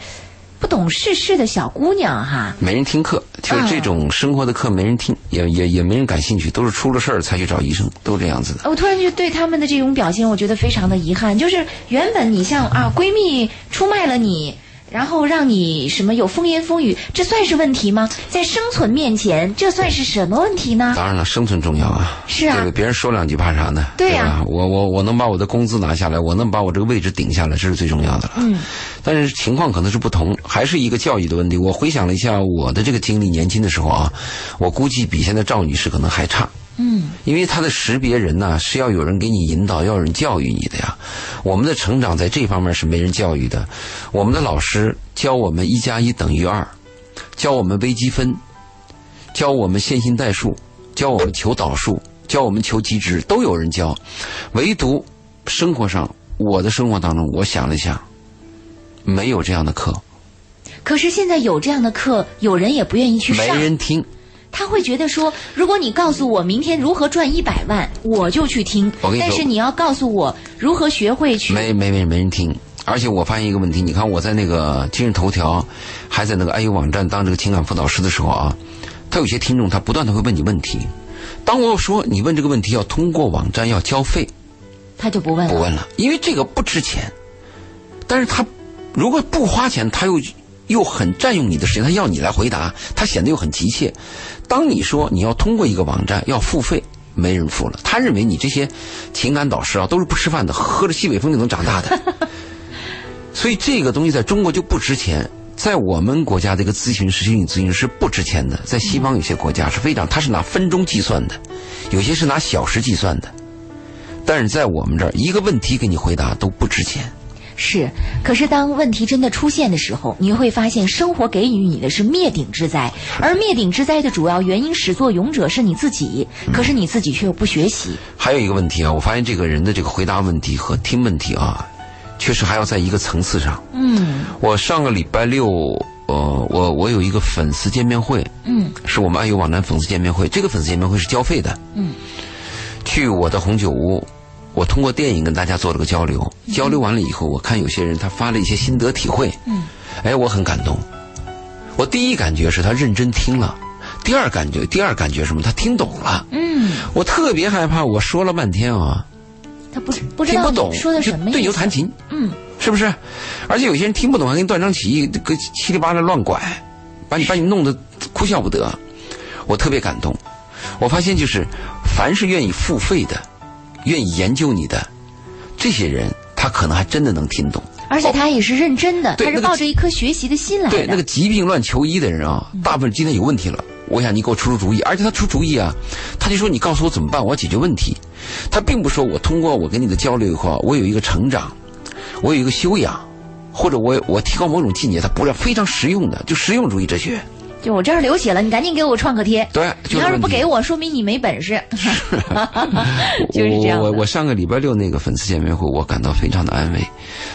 Speaker 2: 不懂世事的小姑娘哈。
Speaker 3: 没人听课，就是这种生活的课没人听，也也也没人感兴趣，都是出了事儿才去找医生，都这样子的。
Speaker 2: 我突然就对她们的这种表现，我觉得非常的遗憾。就是原本你像啊，闺蜜出卖了你。然后让你什么有风言风语，这算是问题吗？在生存面前，这算是什么问题呢？
Speaker 3: 当然了，生存重要啊，
Speaker 2: 是啊
Speaker 3: 对吧？别人说两句怕啥呢？
Speaker 2: 对呀
Speaker 3: 吧？我我我能把我的工资拿下来，我能把我这个位置顶下来，这是最重要的了。嗯，但是情况可能是不同，还是一个教育的问题。我回想了一下我的这个经历，年轻的时候啊，我估计比现在赵女士可能还差。
Speaker 2: 嗯，
Speaker 3: 因为他的识别人呐，是要有人给你引导，要有人教育你的呀。我们的成长在这方面是没人教育的。我们的老师教我们一加一等于二，教我们微积分，教我们线性代数，教我们求导数，教我们求极值，都有人教。唯独生活上，我的生活当中，我想了想，没有这样的课，
Speaker 2: 可是现在有这样的课，有人也不愿意去
Speaker 3: 没
Speaker 2: 上。
Speaker 3: 人听。
Speaker 2: 他会觉得说，如果你告诉我明天如何赚一百万，我就去听。
Speaker 3: 我跟你说
Speaker 2: 但是你要告诉我如何学会去。
Speaker 3: 没没没没人听。而且我发现一个问题，你看我在那个今日头条，还在那个爱优网站当这个情感辅导师的时候啊，他有些听众他不断的会问你问题。当我说你问这个问题要通过网站要交费，
Speaker 2: 他就不问
Speaker 3: 不
Speaker 2: 了。
Speaker 3: 问了，因为这个不值钱。但是他如果不花钱，他又又很占用你的时间，他要你来回答，他显得又很急切。当你说你要通过一个网站要付费，没人付了，他认为你这些情感导师啊都是不吃饭的，喝着西北风就能长
Speaker 2: <laughs>
Speaker 3: 大的。所以这个东西在中国就不值钱。在我们国家，这个咨询师、心理咨询师不值钱的，在西方有些国家是非常，他是拿分钟计算的，有些是拿小时计算的。但是在我们这儿，一个问题给你回答都不值钱。
Speaker 2: 是，可是当问题真的出现的时候，你会发现生活给予你的是灭顶之灾，而灭顶之灾的主要原因始作俑者是你自己。
Speaker 3: 嗯
Speaker 2: 可是你自己却又不学习。
Speaker 3: 还有一个问题啊，我发现这个人的这个回答问题和听问题啊，确实还要在一个层次上。
Speaker 2: 嗯
Speaker 3: 我上个礼拜六呃，我我有一个粉丝见面会，
Speaker 2: 嗯
Speaker 3: 是我们爱优网站粉丝见面会，这个粉丝见面会是交费的，
Speaker 2: 嗯，
Speaker 3: 去我的红酒屋，我通过电影跟大家做了个交流，交流完了以后，我看有些人他发了一些心得体会，
Speaker 2: 嗯，
Speaker 3: 哎，我很感动。我第一感觉是他认真听了，第二感觉第二感觉是什么？他听懂了。
Speaker 2: 嗯，
Speaker 3: 我特别害怕，我说了半天啊，
Speaker 2: 他不不知
Speaker 3: 听
Speaker 2: 道
Speaker 3: 不
Speaker 2: 你
Speaker 3: 懂，
Speaker 2: 说的什么
Speaker 3: 就对
Speaker 2: 意
Speaker 3: 牛
Speaker 2: 思。
Speaker 3: 弹琴，
Speaker 2: 嗯，
Speaker 3: 是不是？而且有些人听不懂，还给你断章取义，跟七里八啦乱拐，把你把你弄得哭笑不得。我特别感动，我发现就是凡是愿意付费的，愿意研究你的这些人，他可能还真的能听懂。
Speaker 2: 而且他也是认真的，
Speaker 3: 哦对
Speaker 2: 他是
Speaker 3: 那个
Speaker 2: 抱着一颗学习的心来的。
Speaker 3: 对，那个疾病乱求医的人啊，大部分今天有问题了。我想你给我出出主意，而且他出主意啊，他就说你告诉我怎么办，我要解决问题。他并不说我通过我跟你的交流以后啊，我有一个成长，我有一个修养，或者我我提高某种境界，他不是非常实用的，就实用主义哲学。
Speaker 2: 就我这儿流血了，你赶紧给我创可贴。
Speaker 3: 对就是
Speaker 2: 你要是不
Speaker 3: 问题
Speaker 2: 给我，说明你没本
Speaker 3: <laughs>
Speaker 2: 事。 <laughs> 就是这样的
Speaker 3: 我我我上个礼拜六那个粉丝见面会，我感到非常的安慰，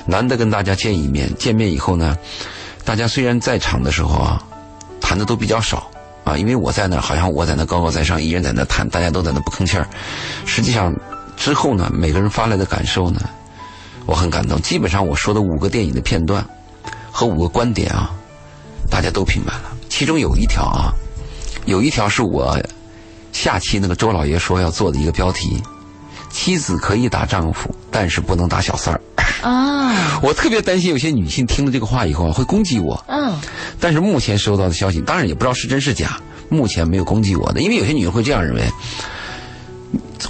Speaker 3: 难得跟大家见一面。见面以后呢，大家虽然在场的时候啊，谈的都比较少啊，因为我在那儿好像我在那高高在上，一人在那谈，大家都在那不吭气儿。实际上之后呢，每个人发来的感受呢，我很感动。基本上我说的五个电影的片段和五个观点啊，大家都评满了。其中有一条啊，有一条是我下期那个周老爷说要做的一个标题：妻子可以打丈夫，但是不能打小三儿。
Speaker 2: 啊，
Speaker 3: 我特别担心有些女性听了这个话以后啊，会攻击我。
Speaker 2: 嗯，
Speaker 3: 但是目前收到的消息，当然也不知道是真是假，目前没有攻击我的，因为有些女人会这样认为：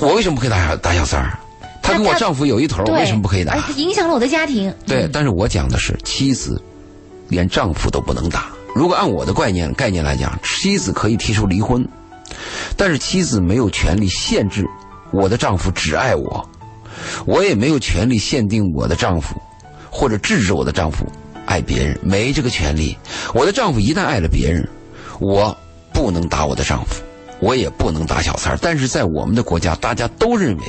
Speaker 3: 我为什么不可以打小打小三儿？她跟我
Speaker 2: 那她
Speaker 3: 丈夫有一头，
Speaker 2: 对，
Speaker 3: 我为什么不可以打
Speaker 2: 而？影响了我的家庭。
Speaker 3: 对，但是我讲的是妻子，连丈夫都不能打。如果按我的概念概念来讲，妻子可以提出离婚，但是妻子没有权利限制我的丈夫只爱我，我也没有权利限定我的丈夫或者制止我的丈夫爱别人，没这个权利。我的丈夫一旦爱了别人，我不能打我的丈夫，我也不能打小三儿。但是在我们的国家，大家都认为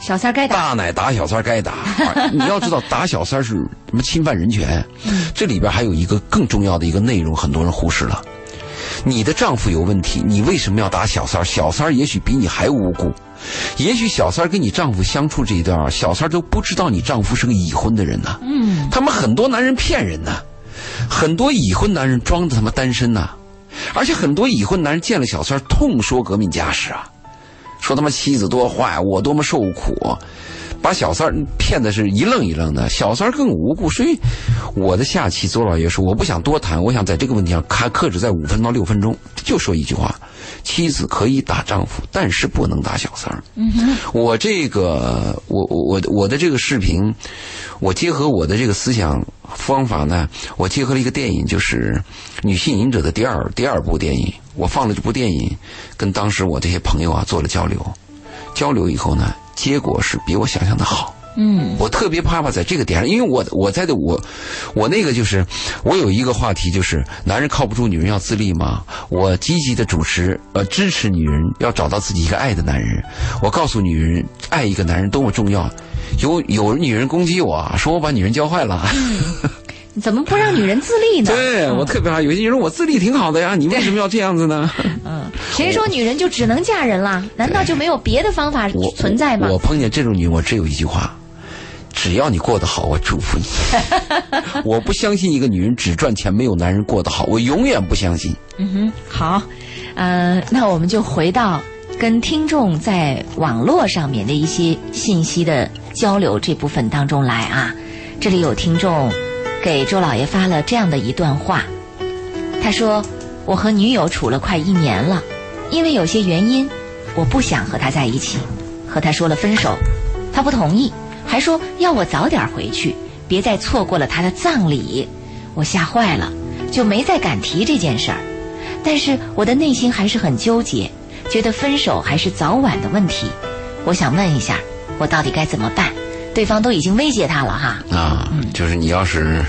Speaker 2: 小三儿该打。
Speaker 3: 大奶打小三
Speaker 2: <laughs>
Speaker 3: 儿该打，哎你要知道打小三儿是什么侵犯人权，
Speaker 2: 嗯
Speaker 3: 这里边还有一个更重要的一个内容，很多人忽视了。你的丈夫有问题，你为什么要打小三儿？小三儿也许比你还无辜，也许小三儿跟你丈夫相处这一段儿，小三儿都不知道你丈夫是个已婚的人呢、
Speaker 2: 嗯，
Speaker 3: 他们很多男人骗人呐，很多已婚男人装的他妈单身呐、而且很多已婚男人见了小三儿痛说革命家史啊，说他妈妻子多坏，我多么受苦，把小三儿骗的是一愣一愣的，小三儿更无辜。所以我的下期周老爷说，我不想多谈，我想在这个问题上还克制在五分到六分钟，就说一句话：妻子可以打丈夫，但是不能打小三儿。我这个，我我我我的这个视频，我结合我的这个思想方法呢，我结合了一个电影，就是《女性瘾者》的第二第二部电影。我放了这部电影，跟当时我这些朋友啊做了交流，交流以后呢，结果是比我想象的好。
Speaker 2: 嗯，
Speaker 3: 我特别怕怕在这个点上，因为我我在的我，我那个就是我有一个话题就是男人靠不住，女人要自立嘛。我积极的主持呃支持女人要找到自己一个爱的男人。我告诉女人，爱一个男人多么重要。有有女人攻击我，啊说我把女人教坏了。
Speaker 2: 你怎么不让女人自立呢？
Speaker 3: 对我特别怕，有些人说我自立挺好的呀，你为什么要这样子呢？
Speaker 2: 嗯，谁说女人就只能嫁人啦？难道就没有别的方法
Speaker 3: 我
Speaker 2: 存在吗
Speaker 3: 我？碰见这种女人，我只有一句话：只要你过得好，我
Speaker 2: <laughs>
Speaker 3: 祝福你。我不相信一个女人只赚钱没有男人过得好，我永远不相信。
Speaker 2: 嗯哼，好，呃，那我们就回到跟听众在网络上面的一些信息的交流这部分当中来啊。这里有听众给周老爷发了这样的一段话，他说：“我和女友处了快一年了，因为有些原因，我不想和她在一起，和她说了分手，她不同意，还说要我早点回去，别再错过了她的葬礼。我吓坏了，就没再敢提这件事儿。但是我的内心还是很纠结，觉得分手还是早晚的问题。我想问一下，我到底该怎么办？对方都已经威胁他了哈，
Speaker 3: 啊，
Speaker 2: 嗯
Speaker 3: 就是你要是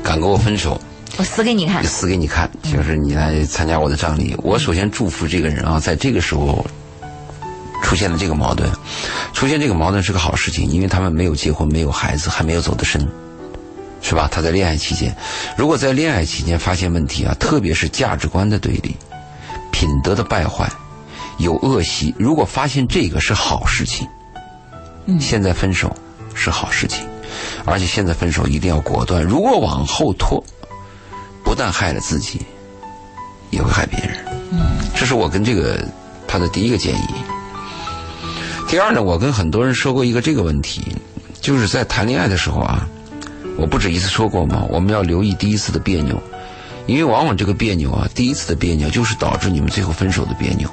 Speaker 3: 敢跟我分手，
Speaker 2: 我死给你看
Speaker 3: 就。死给你看，就是你来参加我的葬礼。我首先祝福这个人啊，在这个时候出现了这个矛盾，出现这个矛盾是个好事情，因为他们没有结婚，没有孩子，还没有走得深，是吧？他在恋爱期间，如果在恋爱期间发现问题啊，特别是价值观的对立、品德的败坏、有恶习，如果发现这个是好事情，
Speaker 2: 嗯
Speaker 3: 现在分手是好事情，而且现在分手一定要果断。如果往后拖，不但害了自己，也会害别人。
Speaker 2: 嗯
Speaker 3: 这是我跟这个他的第一个建议。第二呢，我跟很多人说过一个这个问题，就是在谈恋爱的时候啊，我不止一次说过嘛，我们要留意第一次的别扭，因为往往这个别扭啊，第一次的别扭就是导致你们最后分手的别扭。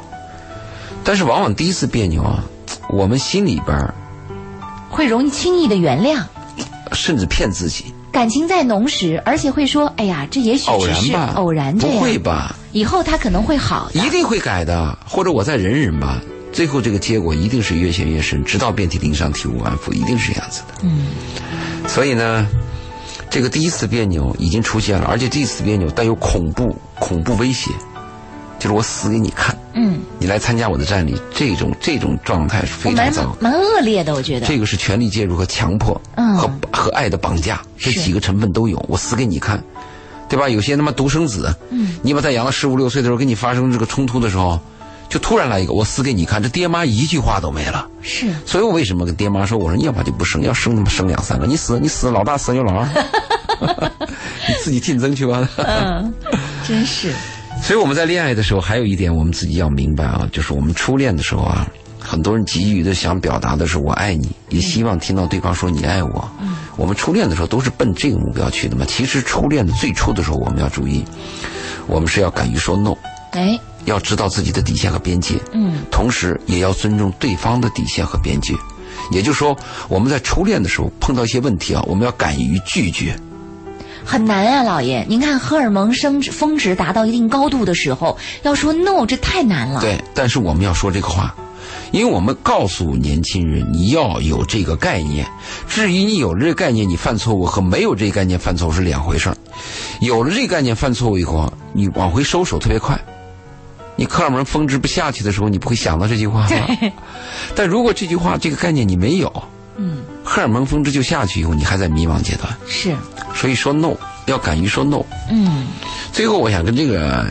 Speaker 3: 但是往往第一次别扭啊，我们心里边儿
Speaker 2: <laughs> 会容易轻易的原谅。
Speaker 3: 甚至骗自己，
Speaker 2: 感情在浓时，而且会说：“哎呀，这也许
Speaker 3: 偶
Speaker 2: 只
Speaker 3: 然
Speaker 2: 是
Speaker 3: 吧，
Speaker 2: 偶然这
Speaker 3: 不
Speaker 2: 样，
Speaker 3: 会吧？
Speaker 2: 以后他可能会好的。
Speaker 3: 一定会改的，或者我再忍忍吧。最后这个结果一定是越陷越深，直到遍体鳞伤、体无完肤，一定是这样子的。嗯，所以呢，这个第一次别扭已经出现了，而且第一次别扭带有恐怖、恐怖威胁，就是我死给你看，
Speaker 2: 嗯，
Speaker 3: 你来参加我的战力，这种这种状态是非常
Speaker 2: 蛮
Speaker 3: 糟糕。
Speaker 2: 蛮恶劣的，我觉得。
Speaker 3: 这个是权力介入和强迫，
Speaker 2: 嗯
Speaker 3: 和和爱的绑架，这
Speaker 2: 是
Speaker 3: 几个成分都有。我死给你看，对吧？有些他妈独生子，嗯，你把他养到十五六岁的时候，跟你发生这个冲突的时候，就突然来一个我死给你看，这爹妈一句话都没了。
Speaker 2: 是
Speaker 3: 所以我为什么跟爹妈说，我说你要么就不生，要生他妈生两三个，你死你死，老大死有老二， <laughs> 你自己竞争去吧。
Speaker 2: 真是
Speaker 3: 所以我们在恋爱的时候，还有一点我们自己要明白啊，就是我们初恋的时候啊，很多人急于的想表达的是我爱你，也希望听到对方说你爱我。我们初恋的时候都是奔这个目标去的嘛。其实初恋的最初的时候，我们要注意，我们是要敢于说 no，
Speaker 2: 哎，
Speaker 3: 要知道自己的底线和边界，
Speaker 2: 嗯，
Speaker 3: 同时也要尊重对方的底线和边界。也就是说，我们在初恋的时候碰到一些问题啊，我们要敢于拒绝。
Speaker 2: 很难啊，老爷。您看荷尔蒙升值峰值达到一定高度的时候，要说 no，这太难了。，
Speaker 3: 对，但是我们要说这个话，因为我们告诉年轻人，你要有这个概念。至于你有了这个概念，你犯错误和没有这个概念犯错误是两回事儿。有了这个概念犯错误以后啊，你往回收手特别快。你荷尔蒙峰值不下去的时候，你不会想到这句话吗？但如果这句话这个概念你没有，
Speaker 2: 嗯，
Speaker 3: 荷尔蒙峰值就下去以后，你还在迷茫阶段。
Speaker 2: 是，
Speaker 3: 所以说 no，要敢于说 no。
Speaker 2: 嗯，
Speaker 3: 最后，我想跟这个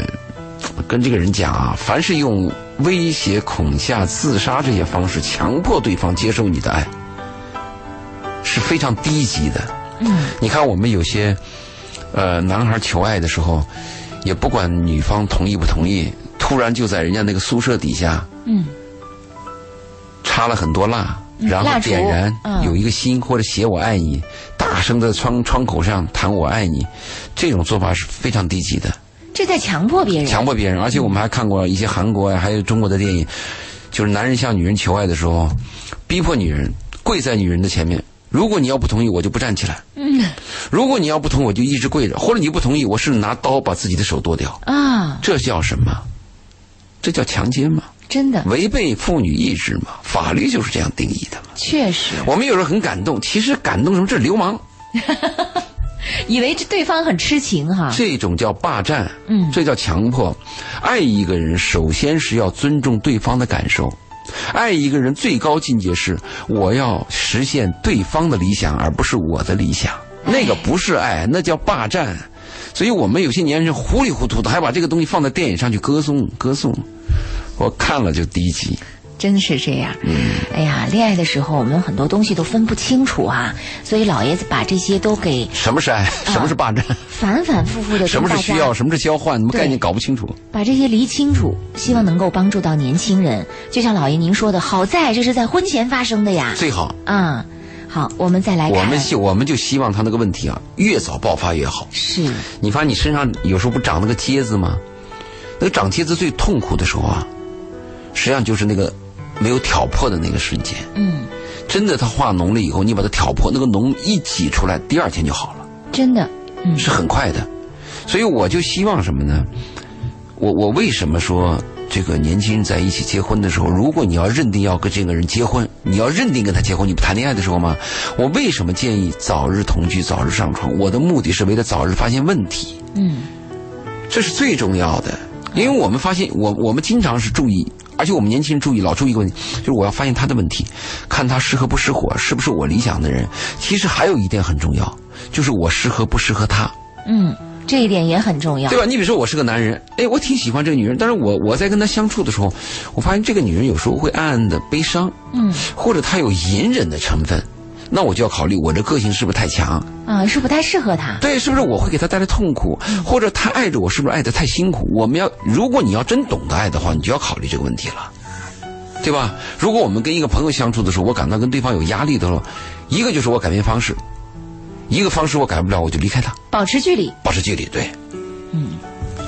Speaker 3: 跟这个人讲啊，凡是用威胁、恐吓、自杀这些方式强迫对方接受你的爱，是非常低级的。
Speaker 2: 嗯，
Speaker 3: 你看，我们有些呃男孩求爱的时候，也不管女方同意不同意，突然就在人家那个宿舍底下，
Speaker 2: 嗯，
Speaker 3: 插了很多蜡，然后
Speaker 2: 蜡烛
Speaker 3: 点燃，
Speaker 2: 嗯
Speaker 3: 有一个心或者写“我爱你”，大声在窗窗口上谈“我爱你”，这种做法是非常低级的。
Speaker 2: 这在强迫别人。
Speaker 3: 强迫别人，而且我们还看过一些韩国呀，还有中国的电影，就是男人向女人求爱的时候，逼迫女人跪在女人的前面。如果你要不同意，我就不站起来。嗯， <laughs> 如果你要不同意，我就一直跪着，或者你不同意，我是拿刀把自己的手剁掉。
Speaker 2: 啊，
Speaker 3: 这叫什么？这叫强奸吗？
Speaker 2: 真的，
Speaker 3: 违背妇女意志吗？法律就是这样定义的嘛。
Speaker 2: 确实，
Speaker 3: 我们有时候很感动，其实感动什么？这是流氓，
Speaker 2: 以为这对方很痴情哈。
Speaker 3: 这种叫霸占，
Speaker 2: 啊嗯
Speaker 3: 这叫强迫。爱一个人，首先是要尊重对方的感受。爱一个人最高境界是，我要实现对方的理想，而不是我的理想。那个不是爱，那叫霸占。所以我们有些年轻人糊里糊涂的，还把这个东西放在电影上去歌颂歌颂，我看了就低级。
Speaker 2: 真是这样。
Speaker 3: 嗯
Speaker 2: 哎呀，恋爱的时候我们很多东西都分不清楚啊，所以老爷子把这些都给
Speaker 3: 什么是爱？
Speaker 2: 啊
Speaker 3: 什么是霸占？
Speaker 2: 反反复复的
Speaker 3: 什么是需要？什么是交换？什么概念
Speaker 2: 对
Speaker 3: 搞不清楚？
Speaker 2: 把这些理清楚，希望能够帮助到年轻人。就像老爷您说的，好在这是在婚前发生的呀。
Speaker 3: 最好
Speaker 2: 啊、好，我们再来看，
Speaker 3: 我们就我们就希望他那个问题啊，越早爆发越好。
Speaker 2: 是
Speaker 3: 你发现你身上有时候不长那个疖子吗？那个长疖子最痛苦的时候啊，实际上就是那个没有挑破的那个瞬间。
Speaker 2: 嗯，
Speaker 3: 真的，它化脓了以后，你把它挑破，那个脓一挤出来，第二天就好了，
Speaker 2: 真的，嗯
Speaker 3: 是很快的。所以我就希望什么呢？我我为什么说这个年轻人在一起结婚的时候，如果你要认定要跟这个人结婚，你要认定跟他结婚，你不谈恋爱的时候吗？我为什么建议早日同居，早日上床？我的目的是为了早日发现问题。
Speaker 2: 嗯，
Speaker 3: 这是最重要的，因为我们发现，我我们经常是注意，而且我们年轻人注意老注意一个问题，就是我要发现他的问题，看他适合不适合，是不是我理想的人。其实还有一点很重要，就是我适合不适合他，
Speaker 2: 嗯，这一点也很重要
Speaker 3: 对。吧？你比如说我是个男人，哎，我挺喜欢这个女人，但是我我在跟她相处的时候，我发现这个女人有时候会暗暗的悲伤，
Speaker 2: 嗯
Speaker 3: 或者她有隐忍的成分，那我就要考虑我这个性是不是太强，
Speaker 2: 啊，是不太适合他。
Speaker 3: 对，是不是我会给她带来痛苦，或者她爱着我是不是爱得太辛苦？我们要，如果你要真懂得爱的话，你就要考虑这个问题了，对吧？如果我们跟一个朋友相处的时候，我感到跟对方有压力的时候，一个就是我改变方式，一个方式我改不了，我就离开他，
Speaker 2: 保持距离，
Speaker 3: 保持距离，对。
Speaker 2: 嗯，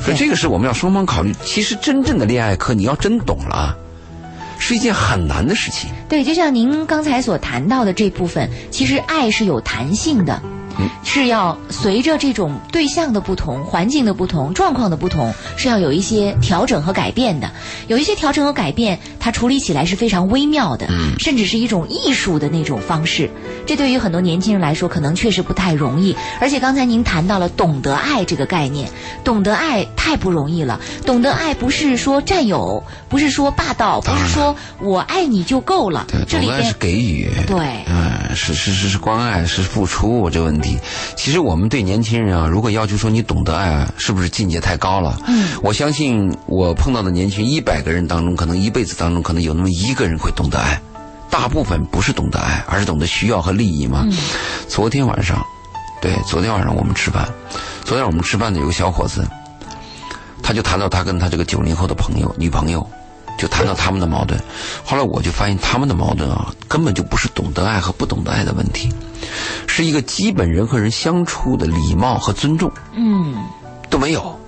Speaker 3: 所以这个是我们要双方考虑。其实真正的恋爱课，你要真懂了啊，是一件很难的事情。
Speaker 2: 对，就像您刚才所谈到的这部分，其实爱是有弹性的，是要随着这种对象的不同、环境的不同、状况的不同，是要有一些调整和改变的。有一些调整和改变，它处理起来是非常微妙的，
Speaker 3: 嗯
Speaker 2: 甚至是一种艺术的那种方式。这对于很多年轻人来说，可能确实不太容易。而且刚才您谈到了懂得爱这个概念，懂得爱太不容易了。懂得爱不是说占有，不是说霸道，不
Speaker 3: 当然
Speaker 2: 是说我爱你就够了。这
Speaker 3: 懂
Speaker 2: 里
Speaker 3: 得爱
Speaker 2: 边
Speaker 3: 是给予，
Speaker 2: 对
Speaker 3: 嗯，是是是是关爱，是付出这问题。其实我们对年轻人啊，如果要求说你懂得爱，啊，是不是境界太高了？嗯，我相信我碰到的年轻一百个人当中，可能一辈子当中可能有那么一个人会懂得爱，大部分不是懂得爱，而是懂得需要和利益嘛。昨天晚上，对，昨天晚上我们吃饭，昨天我们吃饭的有个小伙子，他就谈到他跟他这个九零后的朋友女朋友，就谈到他们的矛盾。后来我就发现他们的矛盾啊，根本就不是懂得爱和不懂得爱的问题，是一个基本人和人相处的礼貌和尊重
Speaker 2: 嗯
Speaker 3: 都没有，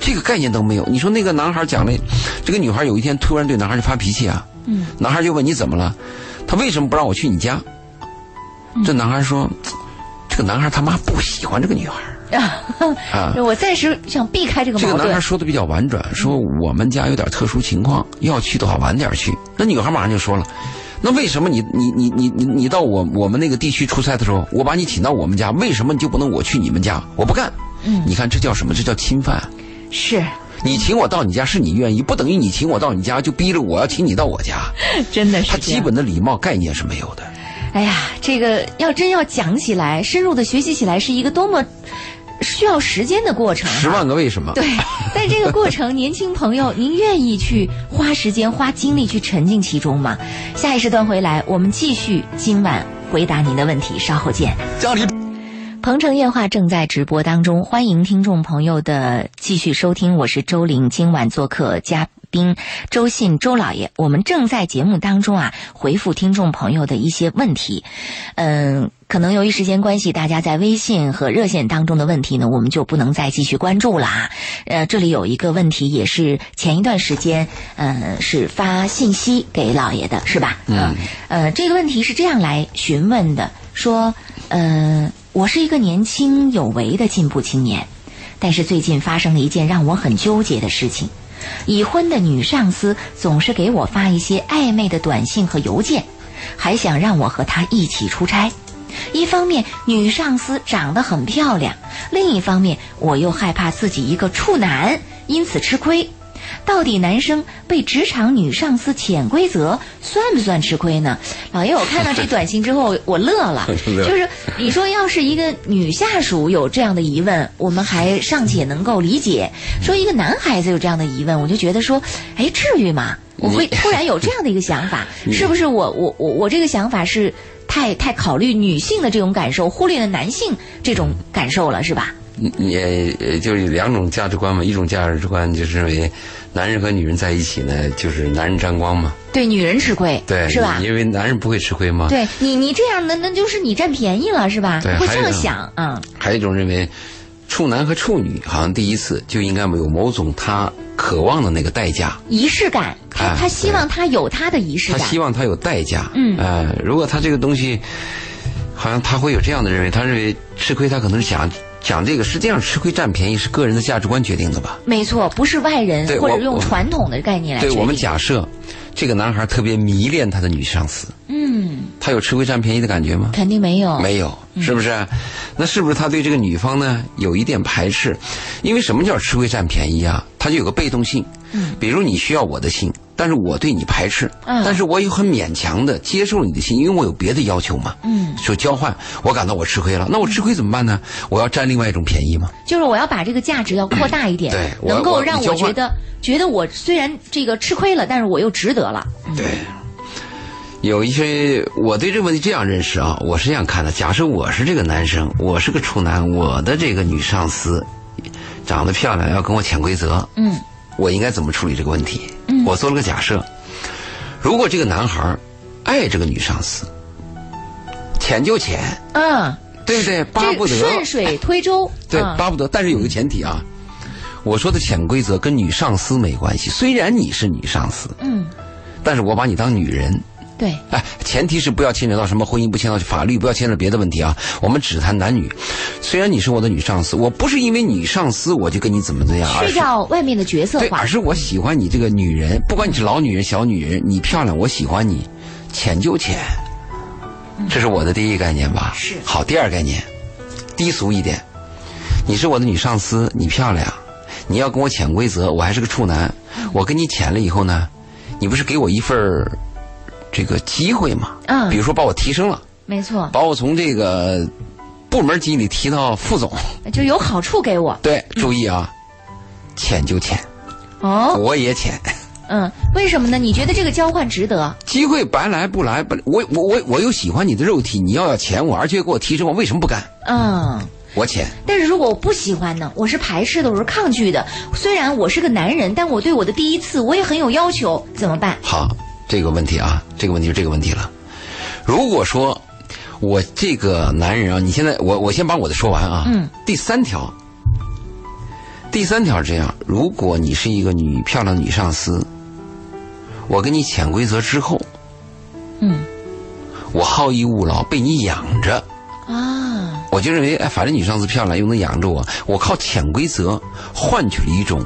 Speaker 3: 这个概念都没有。你说那个男孩讲了，这个女孩有一天突然对男孩就发脾气啊，
Speaker 2: 嗯，
Speaker 3: 男孩就问你怎么了，他为什么不让我去你家？这男孩说，这个男孩他妈不喜欢这个女孩儿
Speaker 2: <laughs>
Speaker 3: 啊。
Speaker 2: 我暂时想避开这个
Speaker 3: 这
Speaker 2: 矛
Speaker 3: 个男
Speaker 2: 盾嗯
Speaker 3: 孩。说的比较婉转，说我们家有点特殊情况，要去的话晚点去。那女孩马上就说了，那为什么你你你你你你到我我们那个地区出差的时候，我把你请到我们家，为什么你就不能我去你们家？我不干。
Speaker 2: 嗯
Speaker 3: 你看这叫什么？这叫侵犯。
Speaker 2: 是，
Speaker 3: 你请我到你家是你愿意，不等于你请我到你家就逼着我要请你到我家。
Speaker 2: <laughs> 真的是
Speaker 3: 他
Speaker 2: 这样
Speaker 3: 基本的礼貌概念是没有的。
Speaker 2: 哎呀，这个要真要讲起来，深入的学习起来，是一个多么需要时间的过程。啊
Speaker 3: 十万个为什么？ <laughs>
Speaker 2: 对，但这个过程，年轻朋友，您愿意去花时间、花精力去沉浸其中吗？下一时段回来，我们继续今晚回答您的问题，稍后见。
Speaker 6: 家
Speaker 2: <laughs>
Speaker 6: 里
Speaker 2: 鹏城夜话正在直播当中，欢迎听众朋友的继续收听，我是周玲，今晚做客嘉宾周信周老爷。我们正在节目当中啊，回复听众朋友的一些问题。嗯，可能由于时间关系，大家在微信和热线当中的问题呢，我们就不能再继续关注了啊。呃，这里有一个问题，也是前一段时间，呃，是发信息给老爷的，是吧？嗯。呃，这个问题是这样来询问的，说，呃，我是一个年轻有为的进步青年，但是最近发生了一件让我很纠结的事情。已婚的女上司总是给我发一些暧昧的短信和邮件，还想让我和她一起出差。一方面，女上司长得很漂亮；另一方面，我又害怕自己一个处男，因此吃亏。到底男生被职场女上司潜规则算不算吃亏呢？老爷，我看到这短信之后，我乐了。就是你说，要是一个女下属有这样的疑问，我们还尚且能够理解；说一个男孩子有这样的疑问，我就觉得说，哎，至于吗？我会突然有这样的一个想法，是不是我我我我这个想法是太太考虑女性的这种感受，忽略了男性这种感受了，是吧？
Speaker 3: 你你呃就是有两种价值观嘛，一种价值观就是认为男人和女人在一起呢，就是男人沾光嘛，
Speaker 2: 对女人吃亏，
Speaker 3: 对，
Speaker 2: 是吧？
Speaker 3: 因为男人不会吃亏嘛。
Speaker 2: 对你，你这样那那就是你占便宜了，是吧？
Speaker 3: 对
Speaker 2: 会
Speaker 3: 还
Speaker 2: 这
Speaker 3: 有
Speaker 2: 样
Speaker 3: 呢
Speaker 2: 想，嗯，
Speaker 3: 还有一种认为，处男和处女好像第一次就应该有某种他渴望的那个代价，
Speaker 2: 仪式感，他
Speaker 3: 哎
Speaker 2: 他希望他有他的仪式
Speaker 3: 他
Speaker 2: 感，
Speaker 3: 希望他有代价。
Speaker 2: 嗯
Speaker 3: 呃，如果他这个东西，好像他会有这样的认为，他认为吃亏，他可能是想讲这个，实际上吃亏占便宜是个人的价值观决定的吧？
Speaker 2: 没错，不是外人
Speaker 3: 对
Speaker 2: 或者
Speaker 3: 我
Speaker 2: 用
Speaker 3: 我
Speaker 2: 传统的概念来
Speaker 3: 对
Speaker 2: 决
Speaker 3: 我们
Speaker 2: 定
Speaker 3: 假设，这个男孩特别迷恋他的女上司，
Speaker 2: 嗯，
Speaker 3: 他有吃亏占便宜的感觉吗？
Speaker 2: 肯定没有，嗯
Speaker 3: 没有，是不是？啊那是不是他对这个女方呢有一点排斥？因为什么叫吃亏占便宜啊？他就有个被动性。嗯，比如你需要我的信，但是我对你排斥，
Speaker 2: 嗯
Speaker 3: 但是我也很勉强的接受了你的心，因为我有别的要求嘛。
Speaker 2: 嗯，
Speaker 3: 说交换，我感到我吃亏了，那我吃亏怎么办呢？我要占另外一种便宜吗？
Speaker 2: 就是我要把这个价值要扩大一点，
Speaker 3: 对我
Speaker 2: 能够让
Speaker 3: 我你交
Speaker 2: 我
Speaker 3: 换
Speaker 2: 觉得觉得我虽然这个吃亏了，但是我又值得了。
Speaker 3: 对，有一些我对这个问题这样认识啊，我是这样看的：假设我是这个男生，我是个处男，我的这个女上司长得漂亮，要跟我潜规则，
Speaker 2: 嗯
Speaker 3: 我应该怎么处理这个问题？我做了个假设，如果这个男孩儿爱这个女上司，潜就潜，
Speaker 2: 嗯，
Speaker 3: 对不对？巴
Speaker 2: 这
Speaker 3: 不
Speaker 2: 个
Speaker 3: 得
Speaker 2: 顺水推舟，
Speaker 3: 对，
Speaker 2: 嗯
Speaker 3: 巴不得。但是有个前提啊，我说的潜规则跟女上司没关系。虽然你是女上司，
Speaker 2: 嗯，
Speaker 3: 但是我把你当女人。
Speaker 2: 对，
Speaker 3: 哎，前提是不要牵扯到什么婚姻，不牵扯到法律，不要牵扯别的问题啊。我们只谈男女。虽然你是我的女上司，我不是因为你上司我就跟你怎么怎么样，而
Speaker 2: 去
Speaker 3: 是
Speaker 2: 掉外面的角色
Speaker 3: 对，
Speaker 2: 化
Speaker 3: 而，是我喜欢你这个女人，不管你是老女人、小女人，你漂亮，我喜欢你，浅就浅。这是我的第一概念吧？
Speaker 2: 嗯是
Speaker 3: 好，第二概念，低俗一点，你是我的女上司，你漂亮，你要跟我潜规则，我还是个处男，
Speaker 2: 嗯
Speaker 3: 我跟你潜了以后呢，你不是给我一份儿这个机会吗？
Speaker 2: 嗯
Speaker 3: 比如说把我提升了，
Speaker 2: 没错，
Speaker 3: 把我从这个部门经理提到副总，
Speaker 2: 就有好处给我。
Speaker 3: 对，注意啊，潜就潜，
Speaker 2: 嗯哦，
Speaker 3: 我也潜。
Speaker 2: 嗯，为什么呢？你觉得这个交换值得？
Speaker 3: 机会白来不来，不，我我我我又喜欢你的肉体，你要要钱我，而且给我提升，我为什么不干？
Speaker 2: 嗯，
Speaker 3: 我钱，
Speaker 2: 但是如果我不喜欢呢？我是排斥的，我是抗拒的。虽然我是个男人，但我对我的第一次我也很有要求，怎么办？
Speaker 3: 好，这个问题啊，这个问题就这个问题了。如果说我这个男人啊，你现在我我先把我的说完啊。
Speaker 2: 嗯。
Speaker 3: 第三条，第三条是这样：如果你是一个女漂亮女上司，我给你潜规则之后，
Speaker 2: 嗯
Speaker 3: 我好逸恶劳，被你养着，
Speaker 2: 啊，
Speaker 3: 我就认为，哎，反正你上次漂亮，又能养着我，我靠潜规则换取了一种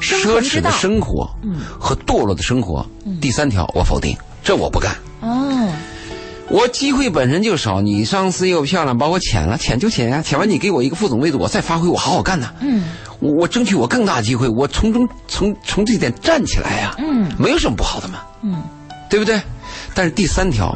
Speaker 2: 生
Speaker 3: 奢
Speaker 2: 存
Speaker 3: 侈
Speaker 2: 之道
Speaker 3: 的
Speaker 2: 嗯
Speaker 3: 生活和堕落的生活。第三条，我否定，这我不干。
Speaker 2: 哦，
Speaker 3: 我机会本身就少，你上司又漂亮，把我潜了，潜就潜呀、潜完你给我一个副总位置，我再发挥，我好好干呐、
Speaker 2: 嗯
Speaker 3: 我我争取我更大的机会，我从中从从这点站起来呀、
Speaker 2: 嗯
Speaker 3: 没有什么不好的嘛，
Speaker 2: 嗯，
Speaker 3: 对不对？但是第三条，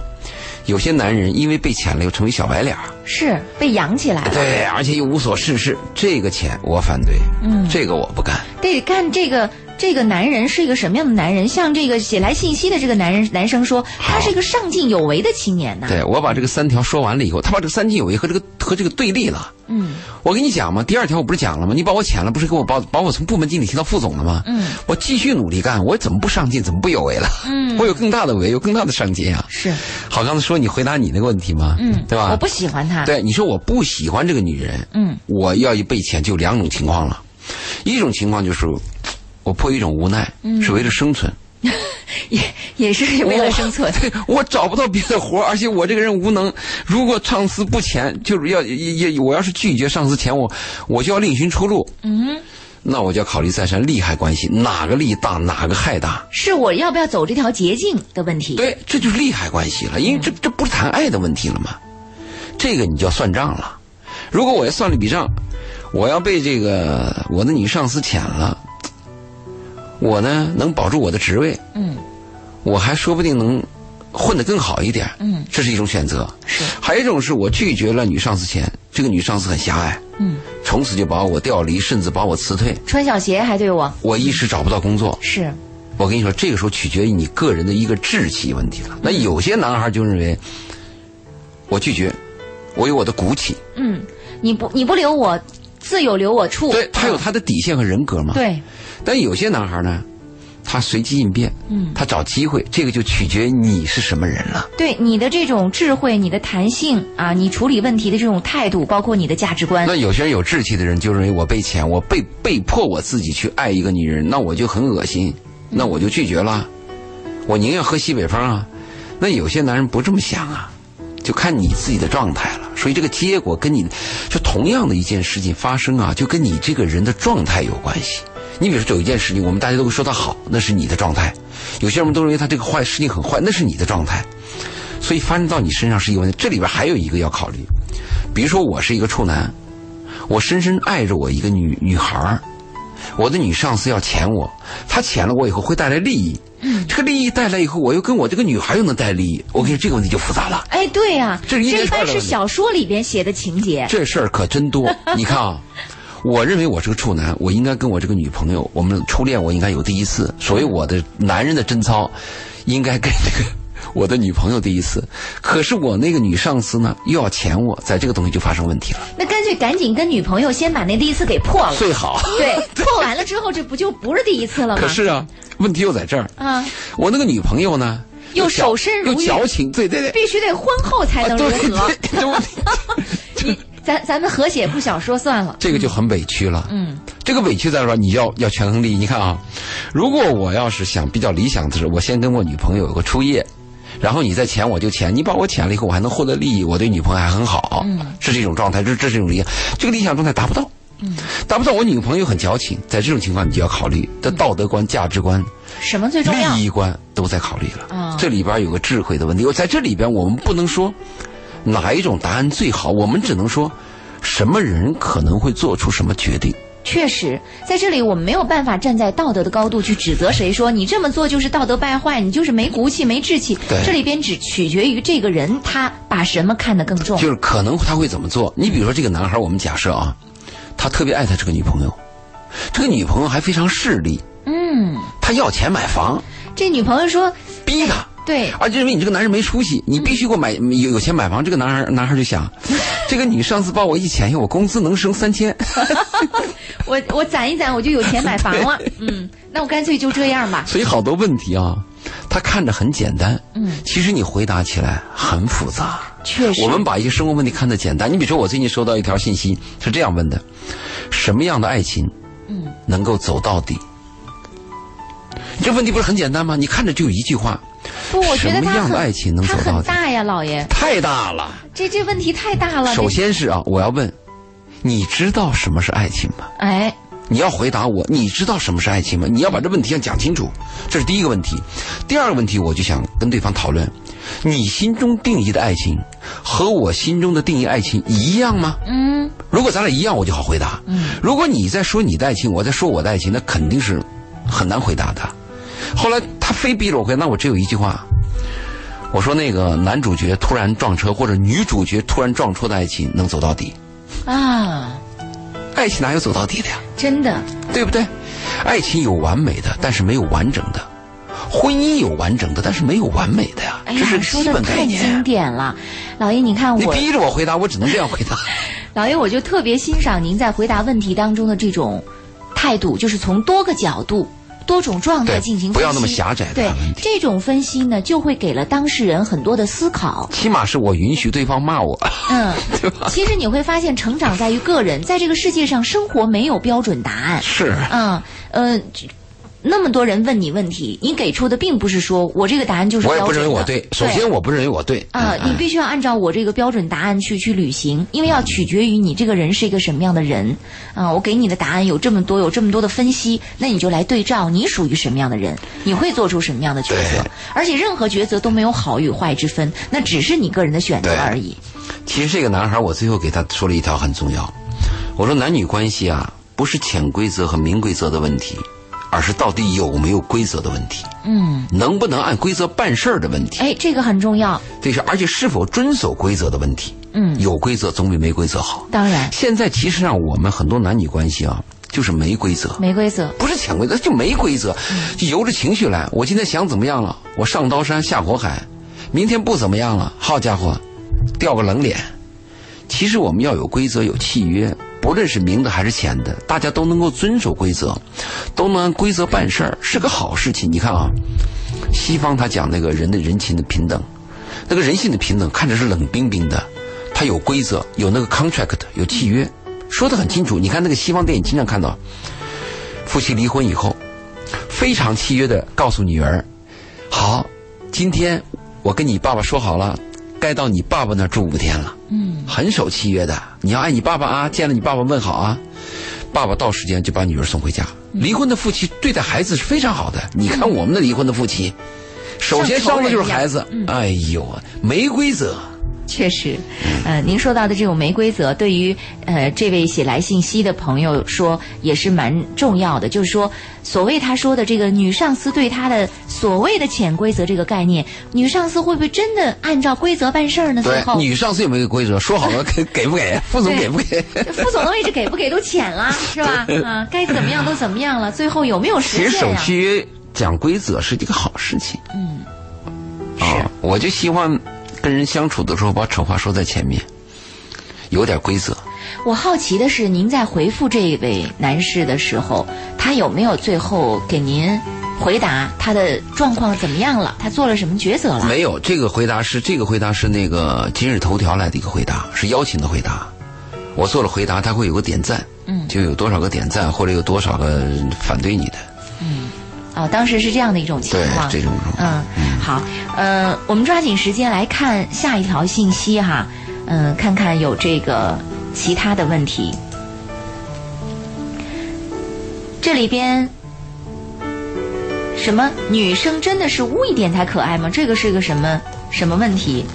Speaker 3: 有些男人因为被潜了，又成为小白脸儿。
Speaker 2: 是被养起来了，
Speaker 3: 对，而且又无所事事，这个钱我反对，
Speaker 2: 嗯
Speaker 3: 这个我不干。
Speaker 2: 得看这个这个男人是一个什么样的男人。像这个写来信息的这个男人男生说，他是一个上进有为的青年呐、
Speaker 3: 对我把这个三条说完了以后，他把这个三进有为和这个和这个对立了。
Speaker 2: 嗯
Speaker 3: 我跟你讲嘛，第二条我不是讲了吗？你把我遣了，不是给我把把我从部门经理提到副总了吗？
Speaker 2: 嗯，
Speaker 3: 我继续努力干，我怎么不上进，怎么不有为了？
Speaker 2: 嗯
Speaker 3: 我有更大的为，有更大的上进啊！
Speaker 2: 是，
Speaker 3: 好，刚才说你回答你那个问题吗？
Speaker 2: 嗯，
Speaker 3: 对吧？
Speaker 2: 我不喜欢他，，
Speaker 3: 对，你说我不喜欢这个女人，
Speaker 2: 嗯，
Speaker 3: 我要一被遣就两种情况了，一种情况就是我迫于一种无奈，
Speaker 2: 嗯
Speaker 3: 是为了生存，
Speaker 2: 也也是为了生存，
Speaker 3: 对 <laughs> 我找不到别的活儿而且我这个人无能。如果上司不钱，就是要也也我要是拒绝上司钱，我我就要另寻出路。嗯，那我就要考虑再三利害关系，哪个利大，哪个害大。
Speaker 2: 是我要不要走这条捷径的问题。
Speaker 3: 对，这就是利害关系了，因为
Speaker 2: 嗯
Speaker 3: 这这不是谈爱的问题了吗？这个你就要算账了。如果我要算了一笔账，我要被这个我的女上司遣了，我呢能保住我的职位，
Speaker 2: 嗯，
Speaker 3: 我还说不定能混得更好一点，
Speaker 2: 嗯，
Speaker 3: 这是一种选择。
Speaker 2: 是，
Speaker 3: 还有一种是我拒绝了女上司遣，这个女上司很狭隘，
Speaker 2: 嗯，
Speaker 3: 从此就把我调离，甚至把我辞退，
Speaker 2: 穿小鞋还对我
Speaker 3: 我一时找不到工作，
Speaker 2: 是，
Speaker 3: 我跟你说，这个时候取决于你个人的一个志气问题了。那有些男孩就认为，我拒绝，我有我的骨气，
Speaker 2: 嗯，你不你不留我，自有留我处。
Speaker 3: 对他有他的底线和人格嘛。。
Speaker 2: 对，
Speaker 3: 但有些男孩呢，他随机应变，嗯，他找机会，这个就取决于你是什么人了。
Speaker 2: 对你的这种智慧、你的弹性啊，你处理问题的这种态度，包括你的价值观
Speaker 3: 那，有些人有志气的人就认为我被钱，我被被迫我自己去爱一个女人，那我就很恶心，那我就拒绝了，我宁愿喝西北风啊。那有些男人不这么想啊，就看你自己的状态了。所以这个结果跟你就同样的一件事情发生啊，就跟你这个人的状态有关系。你比如说有一件事情，我们大家都会说它好，那是你的状态；有些人都认为他这个坏事情很坏，那是你的状态。所以发生到你身上是一个问题。这里边还有一个要考虑，比如说我是一个处男，我深深爱着我一个女女孩儿，我的女上司要潜我，她潜了我以后会带来利益，这个利益带来以后，我又跟我这个女孩又能带利益，我跟你说这个问题就复杂了。
Speaker 2: 哎，对呀、
Speaker 3: 这是一连
Speaker 2: 一
Speaker 3: 串
Speaker 2: 般
Speaker 3: 的
Speaker 2: 是
Speaker 3: 问题
Speaker 2: 小说里边写的情节。
Speaker 3: 这事儿可真多。你看啊，我认为我是个处男，我应该跟我这个女朋友，我们初恋我应该有第一次，所以我的男人的贞操，应该跟这个。 <laughs> 我的女朋友第一次，可是我那个女上司呢，又要钱我，在这个东西就发生问题了。
Speaker 2: 那干脆赶紧跟女朋友先把那第一次给破了。
Speaker 3: 最好， <laughs>
Speaker 2: 对，破完了之后，这不就不是第一次了吗？
Speaker 3: 可是啊，问题又在这儿。
Speaker 2: 啊，
Speaker 3: 我那个女朋友呢，
Speaker 2: 又
Speaker 3: 矫
Speaker 2: 守身如玉
Speaker 3: 又矫情，对对对，
Speaker 2: 必须得婚后才能如
Speaker 3: 对
Speaker 2: 何？
Speaker 3: <laughs> 对
Speaker 2: <laughs>
Speaker 3: 对，我
Speaker 2: 你咱咱们和写部小说算了。
Speaker 3: 这个就很委屈了。
Speaker 2: 嗯，
Speaker 3: 这个委屈在哪儿？你要要权衡利益。你看啊，如果我要是想比较理想的是，我先跟我女朋友有个初夜，然后你再钱我就钱，你把我钱了以后，我还能获得利益，我对女朋友还很好，嗯、是这种状态，这这是这种理想，这个理想状态达不到。
Speaker 2: 嗯
Speaker 3: 达不到，我女朋友很矫情，在这种情况你就要考虑
Speaker 2: 嗯
Speaker 3: 这道德观、价值观、
Speaker 2: 什么最重要
Speaker 3: 利？益观都在考虑了。
Speaker 2: 嗯
Speaker 3: 这里边有个智慧的问题，我在这里边我们不能说哪一种答案最好，我们只能说什么人可能会做出什么决定。
Speaker 2: 确实，在这里我们没有办法站在道德的高度去指责谁说，你这么做就是道德败坏，你就是没骨气、没志气。
Speaker 3: 对
Speaker 2: 这里边只取决于这个人他把什么看得更重。
Speaker 3: 就是可能他会怎么做。你比如说这个男孩，我们假设啊，他特别爱他这个女朋友，这个女朋友还非常势利，
Speaker 2: 嗯，
Speaker 3: 他要钱买房，
Speaker 2: 这女朋友说，
Speaker 3: 逼他。
Speaker 2: 对，
Speaker 3: 而且认为你这个男人没出息，你必须给我买有有钱买房。这个男孩男孩就
Speaker 2: <laughs>
Speaker 3: 想，这个女上次报我一千，我工资能升三千，
Speaker 2: 我我攒一攒我就有钱买房
Speaker 3: <laughs>
Speaker 2: 了。嗯，那我干脆就这样吧。
Speaker 3: 所以好多问题啊，他看着很简单，
Speaker 2: 嗯，
Speaker 3: 其实你回答起来很复杂。
Speaker 2: 确实，
Speaker 3: 我们把一些生活问题看得简单。你比如说，我最近收到一条信息是这样问的：什么样的爱情，嗯，能够走到底？这问题不是很简单吗？你看着就有一句话，
Speaker 2: 不，我觉得
Speaker 3: 什么
Speaker 2: 他
Speaker 3: 样
Speaker 2: 很
Speaker 3: 的爱情能
Speaker 2: 他
Speaker 3: 走到
Speaker 2: 很
Speaker 3: 底
Speaker 2: 大呀，老爷，
Speaker 3: 太大了。
Speaker 2: 这这问题太大了。
Speaker 3: 首
Speaker 2: 这，
Speaker 3: 先是啊，我要问，你知道什么是爱情吗？
Speaker 2: 哎，
Speaker 3: 你要回答我，你知道什么是爱情吗？你要把这问题要讲清楚，这是第一个问题。第二个问题，我就想跟对方讨论，你心中定义的爱情和我心中的定义爱情一样吗？
Speaker 2: 嗯，
Speaker 3: 如果咱俩一样，我就好回答。嗯，如果你在说你的爱情，我在说我的爱情，那肯定是很难回答的。后来他非逼着我回答，那我只有一句话，我说那个男主角突然撞车或者女主角突然撞车的爱情能走到底，
Speaker 2: 啊，
Speaker 3: 爱情哪有走到底的呀？
Speaker 2: 真的，
Speaker 3: 对不对？爱情有完美的，但是没有完整的；婚姻有完整的，但是没有完美的呀。
Speaker 2: 哎
Speaker 3: 这
Speaker 2: 呀，
Speaker 3: 是
Speaker 2: 说
Speaker 3: 基
Speaker 2: 的
Speaker 3: 本概
Speaker 2: 太经
Speaker 3: 念。
Speaker 2: 典了，老爷，你看
Speaker 3: 你
Speaker 2: 我，
Speaker 3: 逼着我回答，我只能这样回答。
Speaker 2: 老爷，我就特别欣赏您在回答问题当中的这种态度，就是从多个角度、多种状态
Speaker 3: 对
Speaker 2: 进行分析，
Speaker 3: 不要那么狭窄地
Speaker 2: 对
Speaker 3: 看问题
Speaker 2: 这种分析呢，就会给了当事人很多的思
Speaker 3: <laughs>
Speaker 2: 考。
Speaker 3: 起码是我允许对方骂我。
Speaker 2: 嗯，其实你会发现，成长在于个人，在这个世界上，生活没有标准答案。
Speaker 3: 是，
Speaker 2: 嗯，呃，这那么多人问你问题，你给出的并不是说我这个答案就是
Speaker 3: 我
Speaker 2: 标
Speaker 3: 也
Speaker 2: 准的。
Speaker 3: 不认为我对。首先，我不认为我对。
Speaker 2: 啊、
Speaker 3: 嗯
Speaker 2: 你必须要按照我这个标准答案去去履行，因为要取决于你这个人是一个什么样的人啊、我给你的答案有这么多，有这么多的分析，那你就来对照你属于什么样的人，你会做出什么样的抉择
Speaker 3: 对。
Speaker 2: 而且任何抉择都没有好与坏之分，那只是你个人的选择
Speaker 3: 对
Speaker 2: 而已。
Speaker 3: 其实这个男孩，我最后给他说了一条很重要，我说男女关系啊，不是潜规则和明规则的问题，而是到底有没有规则的问题，
Speaker 2: 嗯，
Speaker 3: 能不能按规则办事儿的问题。
Speaker 2: 哎，这个很重要。
Speaker 3: 这是而且是否遵守规则的问题。
Speaker 2: 嗯
Speaker 3: 有规则总比没规则好。
Speaker 2: 当然，
Speaker 3: 现在其实上我们很多男女关系啊，就是没规则，
Speaker 2: 没规则。
Speaker 3: 不是潜规则，就没规则，就由着情绪来。我今天想怎么样了，我上刀山下火海，明天不怎么样了，好家伙，掉个冷脸。其实我们要有规则，有契约，不论是明的还是浅的，大家都能够遵守规则，都能按规则办事儿，是个好事情。你看啊，西方他讲那个人的人情的平等，那个人性的平等看着是冷冰冰的，它有规则，有那个 contract，有契约，说得很清楚。你看那个西方电影经常看到，夫妻离婚以后，非常契约的告诉女儿，好，今天我跟你爸爸说好了，该到你爸爸那儿住五天了。嗯，很守契约的，你要爱你爸爸啊，见了你爸爸问好啊。爸爸到时间就把女儿送回家。
Speaker 2: 嗯
Speaker 3: 离婚的夫妻对待孩子是非常好的，你看我们的离婚的夫妻，首先
Speaker 2: 像仇
Speaker 3: 伤的
Speaker 2: 人嗯
Speaker 3: 就
Speaker 2: 一
Speaker 3: 是
Speaker 2: 样
Speaker 3: 啊孩子，哎呦，没规则。
Speaker 2: 确实，呃，您说到的这种没规则，对于呃这位写来信息的朋友说也是蛮重要的。就是说，所谓他说的这个女上司对他的所谓的潜规则这个概念，女上司会不会真的按照规则办事儿呢？最
Speaker 3: 对，
Speaker 2: 后，
Speaker 3: 女上司有没有规则？说好了给给
Speaker 2: <laughs>
Speaker 3: 不给，副总
Speaker 2: 对
Speaker 3: 给不给？
Speaker 2: <laughs> 副总的位置给不给都浅了，是吧？啊，该怎么样都怎么样了，最后有没有
Speaker 3: <laughs> 其
Speaker 2: 实
Speaker 3: 实
Speaker 2: 现
Speaker 3: 守
Speaker 2: 呀、
Speaker 3: 契约讲规则是一个好事情。嗯，啊，我就希望跟人相处的时候把丑话说在前面，有点规则。
Speaker 2: 我好奇的是，您在回复这位男士的时候，他有没有最后给您回答他的状况怎么样了？他做了什么抉择了？
Speaker 3: 没有这个回答是这个回答是那个今日头条来的一个回答，是邀请的回答。我做了回答，他会有个点赞，嗯，就有多少个点赞，或者有多少个反对你的，
Speaker 2: 啊、当时是这样的一种情
Speaker 3: 对
Speaker 2: 况。
Speaker 3: 这种状况。
Speaker 2: 嗯，好，呃，我们抓紧时间来看下一条信息哈，嗯、看看有这个其他的问题。这里边什么女生真的是污一点才可爱吗？这个是个什么什么问题？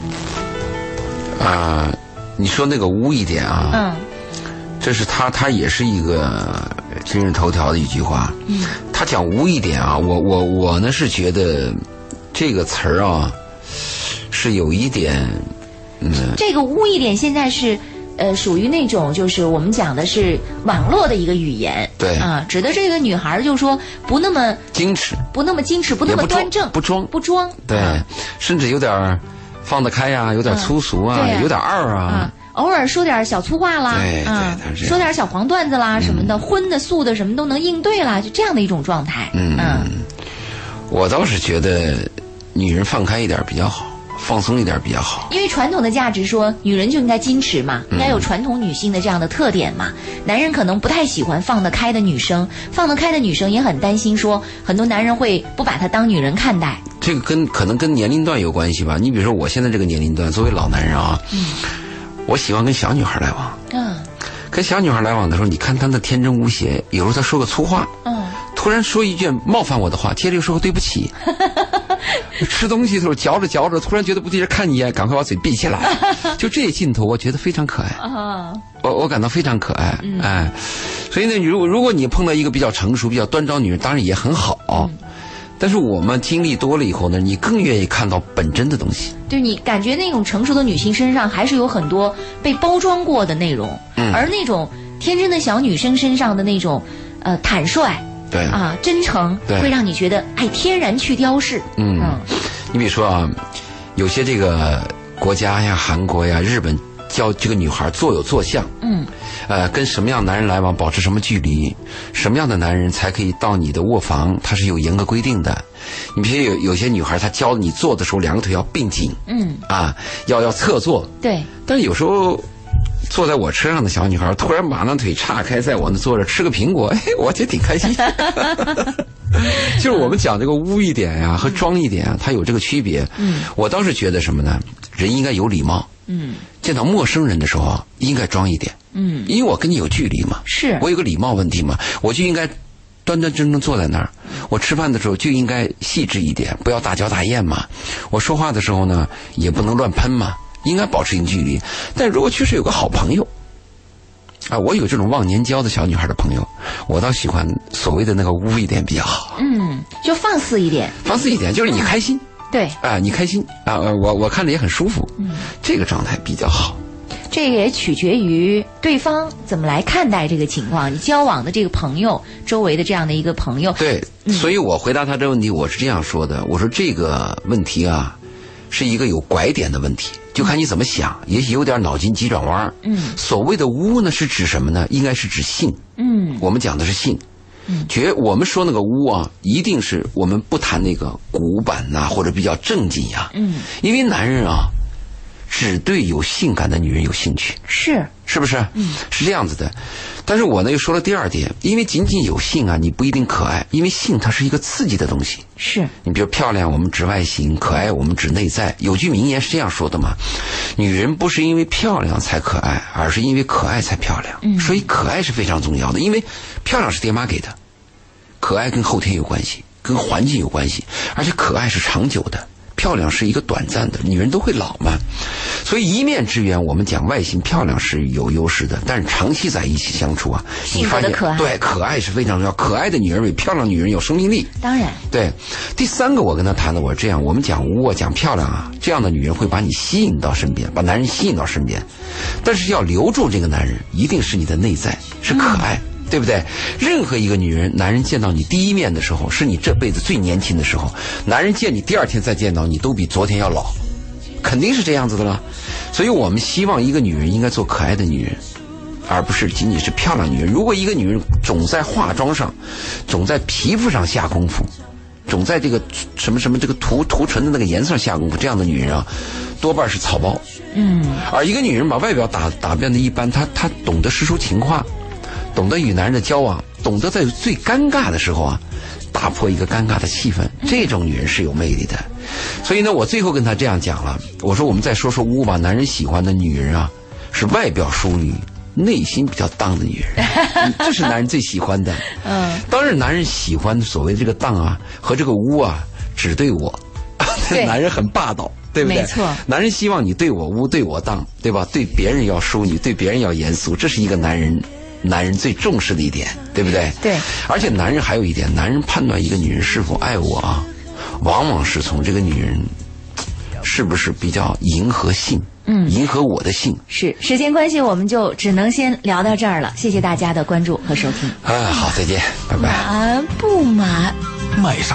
Speaker 3: 啊、你说那个污一点啊，
Speaker 2: 嗯
Speaker 3: 这是他，他也是一个呃今日头条的一句话。嗯，他讲污一点啊，我我我呢是觉得这个词儿啊是有一点，嗯，
Speaker 2: 这个污一点现在是。呃，属于那种就是我们讲的是网络的一个语言，
Speaker 3: 对
Speaker 2: 啊，指的这个女孩儿就说不那么
Speaker 3: 矜持，
Speaker 2: 不那么矜持，不那
Speaker 3: 也
Speaker 2: 么
Speaker 3: 不装
Speaker 2: 端正，
Speaker 3: 不装
Speaker 2: 不装，
Speaker 3: 对，
Speaker 2: 啊
Speaker 3: 甚至有点儿放得开啊，有点粗俗啊，
Speaker 2: 嗯对啊
Speaker 3: 有点二啊
Speaker 2: 啊，，偶尔说点小粗话啦，
Speaker 3: 对
Speaker 2: 啊
Speaker 3: 对他是这样嗯
Speaker 2: 说点小黄段子啦什么的，荤的素的什么都能应对啦，就这样的一种状态。嗯
Speaker 3: 我倒是觉得女人放开一点比较好，放松一点比较好。
Speaker 2: 因为传统的价值说，女人就应该矜持嘛，
Speaker 3: 嗯
Speaker 2: 应该有传统女性的这样的特点嘛。男人可能不太喜欢放得开的女生，放得开的女生也很担心说，很多男人会不把她当女人看待。
Speaker 3: 这个跟可能跟年龄段有关系吧。你比如说我现在这个年龄段，作为老男人啊，我喜欢跟小女孩来往。
Speaker 2: 嗯
Speaker 3: 跟小女孩来往的时候，你看她的天真无邪，有时候她说个粗话，
Speaker 2: 嗯，
Speaker 3: 突然说一句冒犯我的话，接着又说个对不起。吃东西的时候嚼着嚼着，突然觉得不对劲，看你一眼，赶快把嘴闭起来。就这镜头，我觉得非常可爱，
Speaker 2: 啊，
Speaker 3: 我我感到非常可爱，哎，所以呢，如果如果你碰到一个比较成熟、比较端庄女人，当然也很好。但是我们经历多了以后呢，你更愿意看到本真的东西。
Speaker 2: 就是你感觉那种成熟的女性身上还是有很多被包装过的内容，
Speaker 3: 嗯
Speaker 2: 而那种天真的小女生身上的那种呃坦率
Speaker 3: 对，
Speaker 2: 啊、真诚，
Speaker 3: 对
Speaker 2: 会让你觉得哎天然去雕饰。
Speaker 3: 嗯
Speaker 2: 嗯
Speaker 3: 你比如说啊，有些这个国家呀、韩国呀、日本教这个女孩坐有坐相，
Speaker 2: 嗯，
Speaker 3: 呃，跟什么样的男人来往，保持什么距离，什么样的男人才可以到你的卧房，它是有严格规定的。你比如有有些女孩，她教你坐的时候，两个腿要并紧
Speaker 2: 嗯，
Speaker 3: 啊，要要侧坐，
Speaker 2: 对，
Speaker 3: 但是有时候。坐在我车上的小女孩突然把那腿岔开，在我那坐着吃个苹果，哎，我觉得挺开心。 <laughs> 就是我们讲这个污一点呀、和装一点啊，它有这个区别。嗯，我倒是觉得什么呢？人应该有礼貌。
Speaker 2: 嗯，
Speaker 3: 见到陌生人的时候啊，应该装一点。
Speaker 2: 嗯，
Speaker 3: 因为我跟你有距离嘛，
Speaker 2: 是
Speaker 3: 我有个礼貌问题嘛，我就应该端端正正坐在那儿。
Speaker 2: 嗯
Speaker 3: 我吃饭的时候就应该细致一点，不要大嚼大咽嘛。我说话的时候呢，也不能乱喷嘛，应该保持一定距离。但如果确实有个好朋友。啊，我有这种忘年交的小女孩的朋友，我倒喜欢所谓的那个污一点比较好。
Speaker 2: 嗯，就放肆一点，
Speaker 3: 放肆一点，就是你开心
Speaker 2: 对，
Speaker 3: 啊、你开心啊、呃我我看着也很舒服，这个状态比较好。
Speaker 2: 这个也取决于对方怎么来看待这个情况，你交往的这个朋友，周围的这样的一个朋友，
Speaker 3: 对，所以我回答他这问题，我是这样说的：我说这个问题啊，是一个有拐点的问题，就看你怎么想，也许有点脑筋急转弯。嗯，所谓的污呢，是指什么呢？应该是指性。
Speaker 2: 嗯，
Speaker 3: 我们讲的是性。绝我们说那个污啊，一定是我们不谈那个古板呐、或者比较正经呀、嗯，因为男人啊，只对有性感的女人有兴趣。
Speaker 2: 是，
Speaker 3: 是不是？嗯，是这样子的。但是我呢又说了第二点，因为仅仅有性啊，你不一定可爱，因为性它是一个刺激的东西。
Speaker 2: 是，
Speaker 3: 你比如漂亮，我们指外形；可爱，我们指内在。有句名言是这样说的嘛：女人不是因为漂亮才可爱，而是因为可爱才漂亮。
Speaker 7: 嗯
Speaker 3: 所以可爱是非常重要的，因为漂亮是爹妈给的，可爱跟后天有关系，跟环境有关系，而且可爱是长久的。漂亮是一个短暂的，女人都会老嘛，所以一面之缘，我们讲外形漂亮是有优势的，但是长期在一起相处啊，你
Speaker 7: 性格
Speaker 3: 发
Speaker 7: 的
Speaker 3: 现
Speaker 7: 可爱
Speaker 3: 对可爱是非常重要，可爱的女人比漂亮女人有生命力。
Speaker 7: 当然，
Speaker 3: 对，第三个我跟他谈的，我是这样，我们讲无我，讲漂亮啊，这样的女人会把你吸引到身边，把男人吸引到身边，但是要留住这个男人，一定是你的内在是可爱。对不对？任何一个女人，男人见到你第一面的时候，是你这辈子最年轻的时候；男人见你第二天再见到你，都比昨天要老，肯定是这样子的了。所以我们希望一个女人应该做可爱的女人，而不是仅仅是漂亮女人。如果一个女人总在化妆上，总在皮肤上下功夫，总在这个什么什么这个涂涂唇的那个颜色上下功夫，这样的女人啊，多半是草包。
Speaker 7: 嗯，
Speaker 3: 而一个女人把外表打打扮的一般，她她懂得识出情话，懂得与男人的交往，懂得在最尴尬的时候啊，打破一个尴尬的气氛，这种女人是有魅力的。所以呢，我最后跟她这样讲了，我说我们再说说乌吧，男人喜欢的女人啊，是外表淑女。内心比较荡的女
Speaker 7: <laughs>
Speaker 3: 人，这是男人最喜欢的。嗯，当然，男人喜欢所谓这个荡啊和这个污啊，只对我。
Speaker 7: 对
Speaker 3: <laughs> 男人很霸道，对不对？
Speaker 7: 没错
Speaker 3: 男人希望你对我污，对我当，对吧？对别人要淑女，对别人要严肃，这是一个男人男人最重视的一点，对不对？
Speaker 7: 对。
Speaker 3: 而且男人还有一点，男人判断一个女人是否爱我啊，往往是从这个女人嘖是不是比较迎合性，嗯，迎合我的性。
Speaker 7: 是时间关系，我们就只能先聊到这儿了。
Speaker 3: 哎
Speaker 7: 谢谢大家的关注和收听。
Speaker 3: 啊，好，再见，拜拜。
Speaker 7: 啊，不瞒。
Speaker 6: 卖上。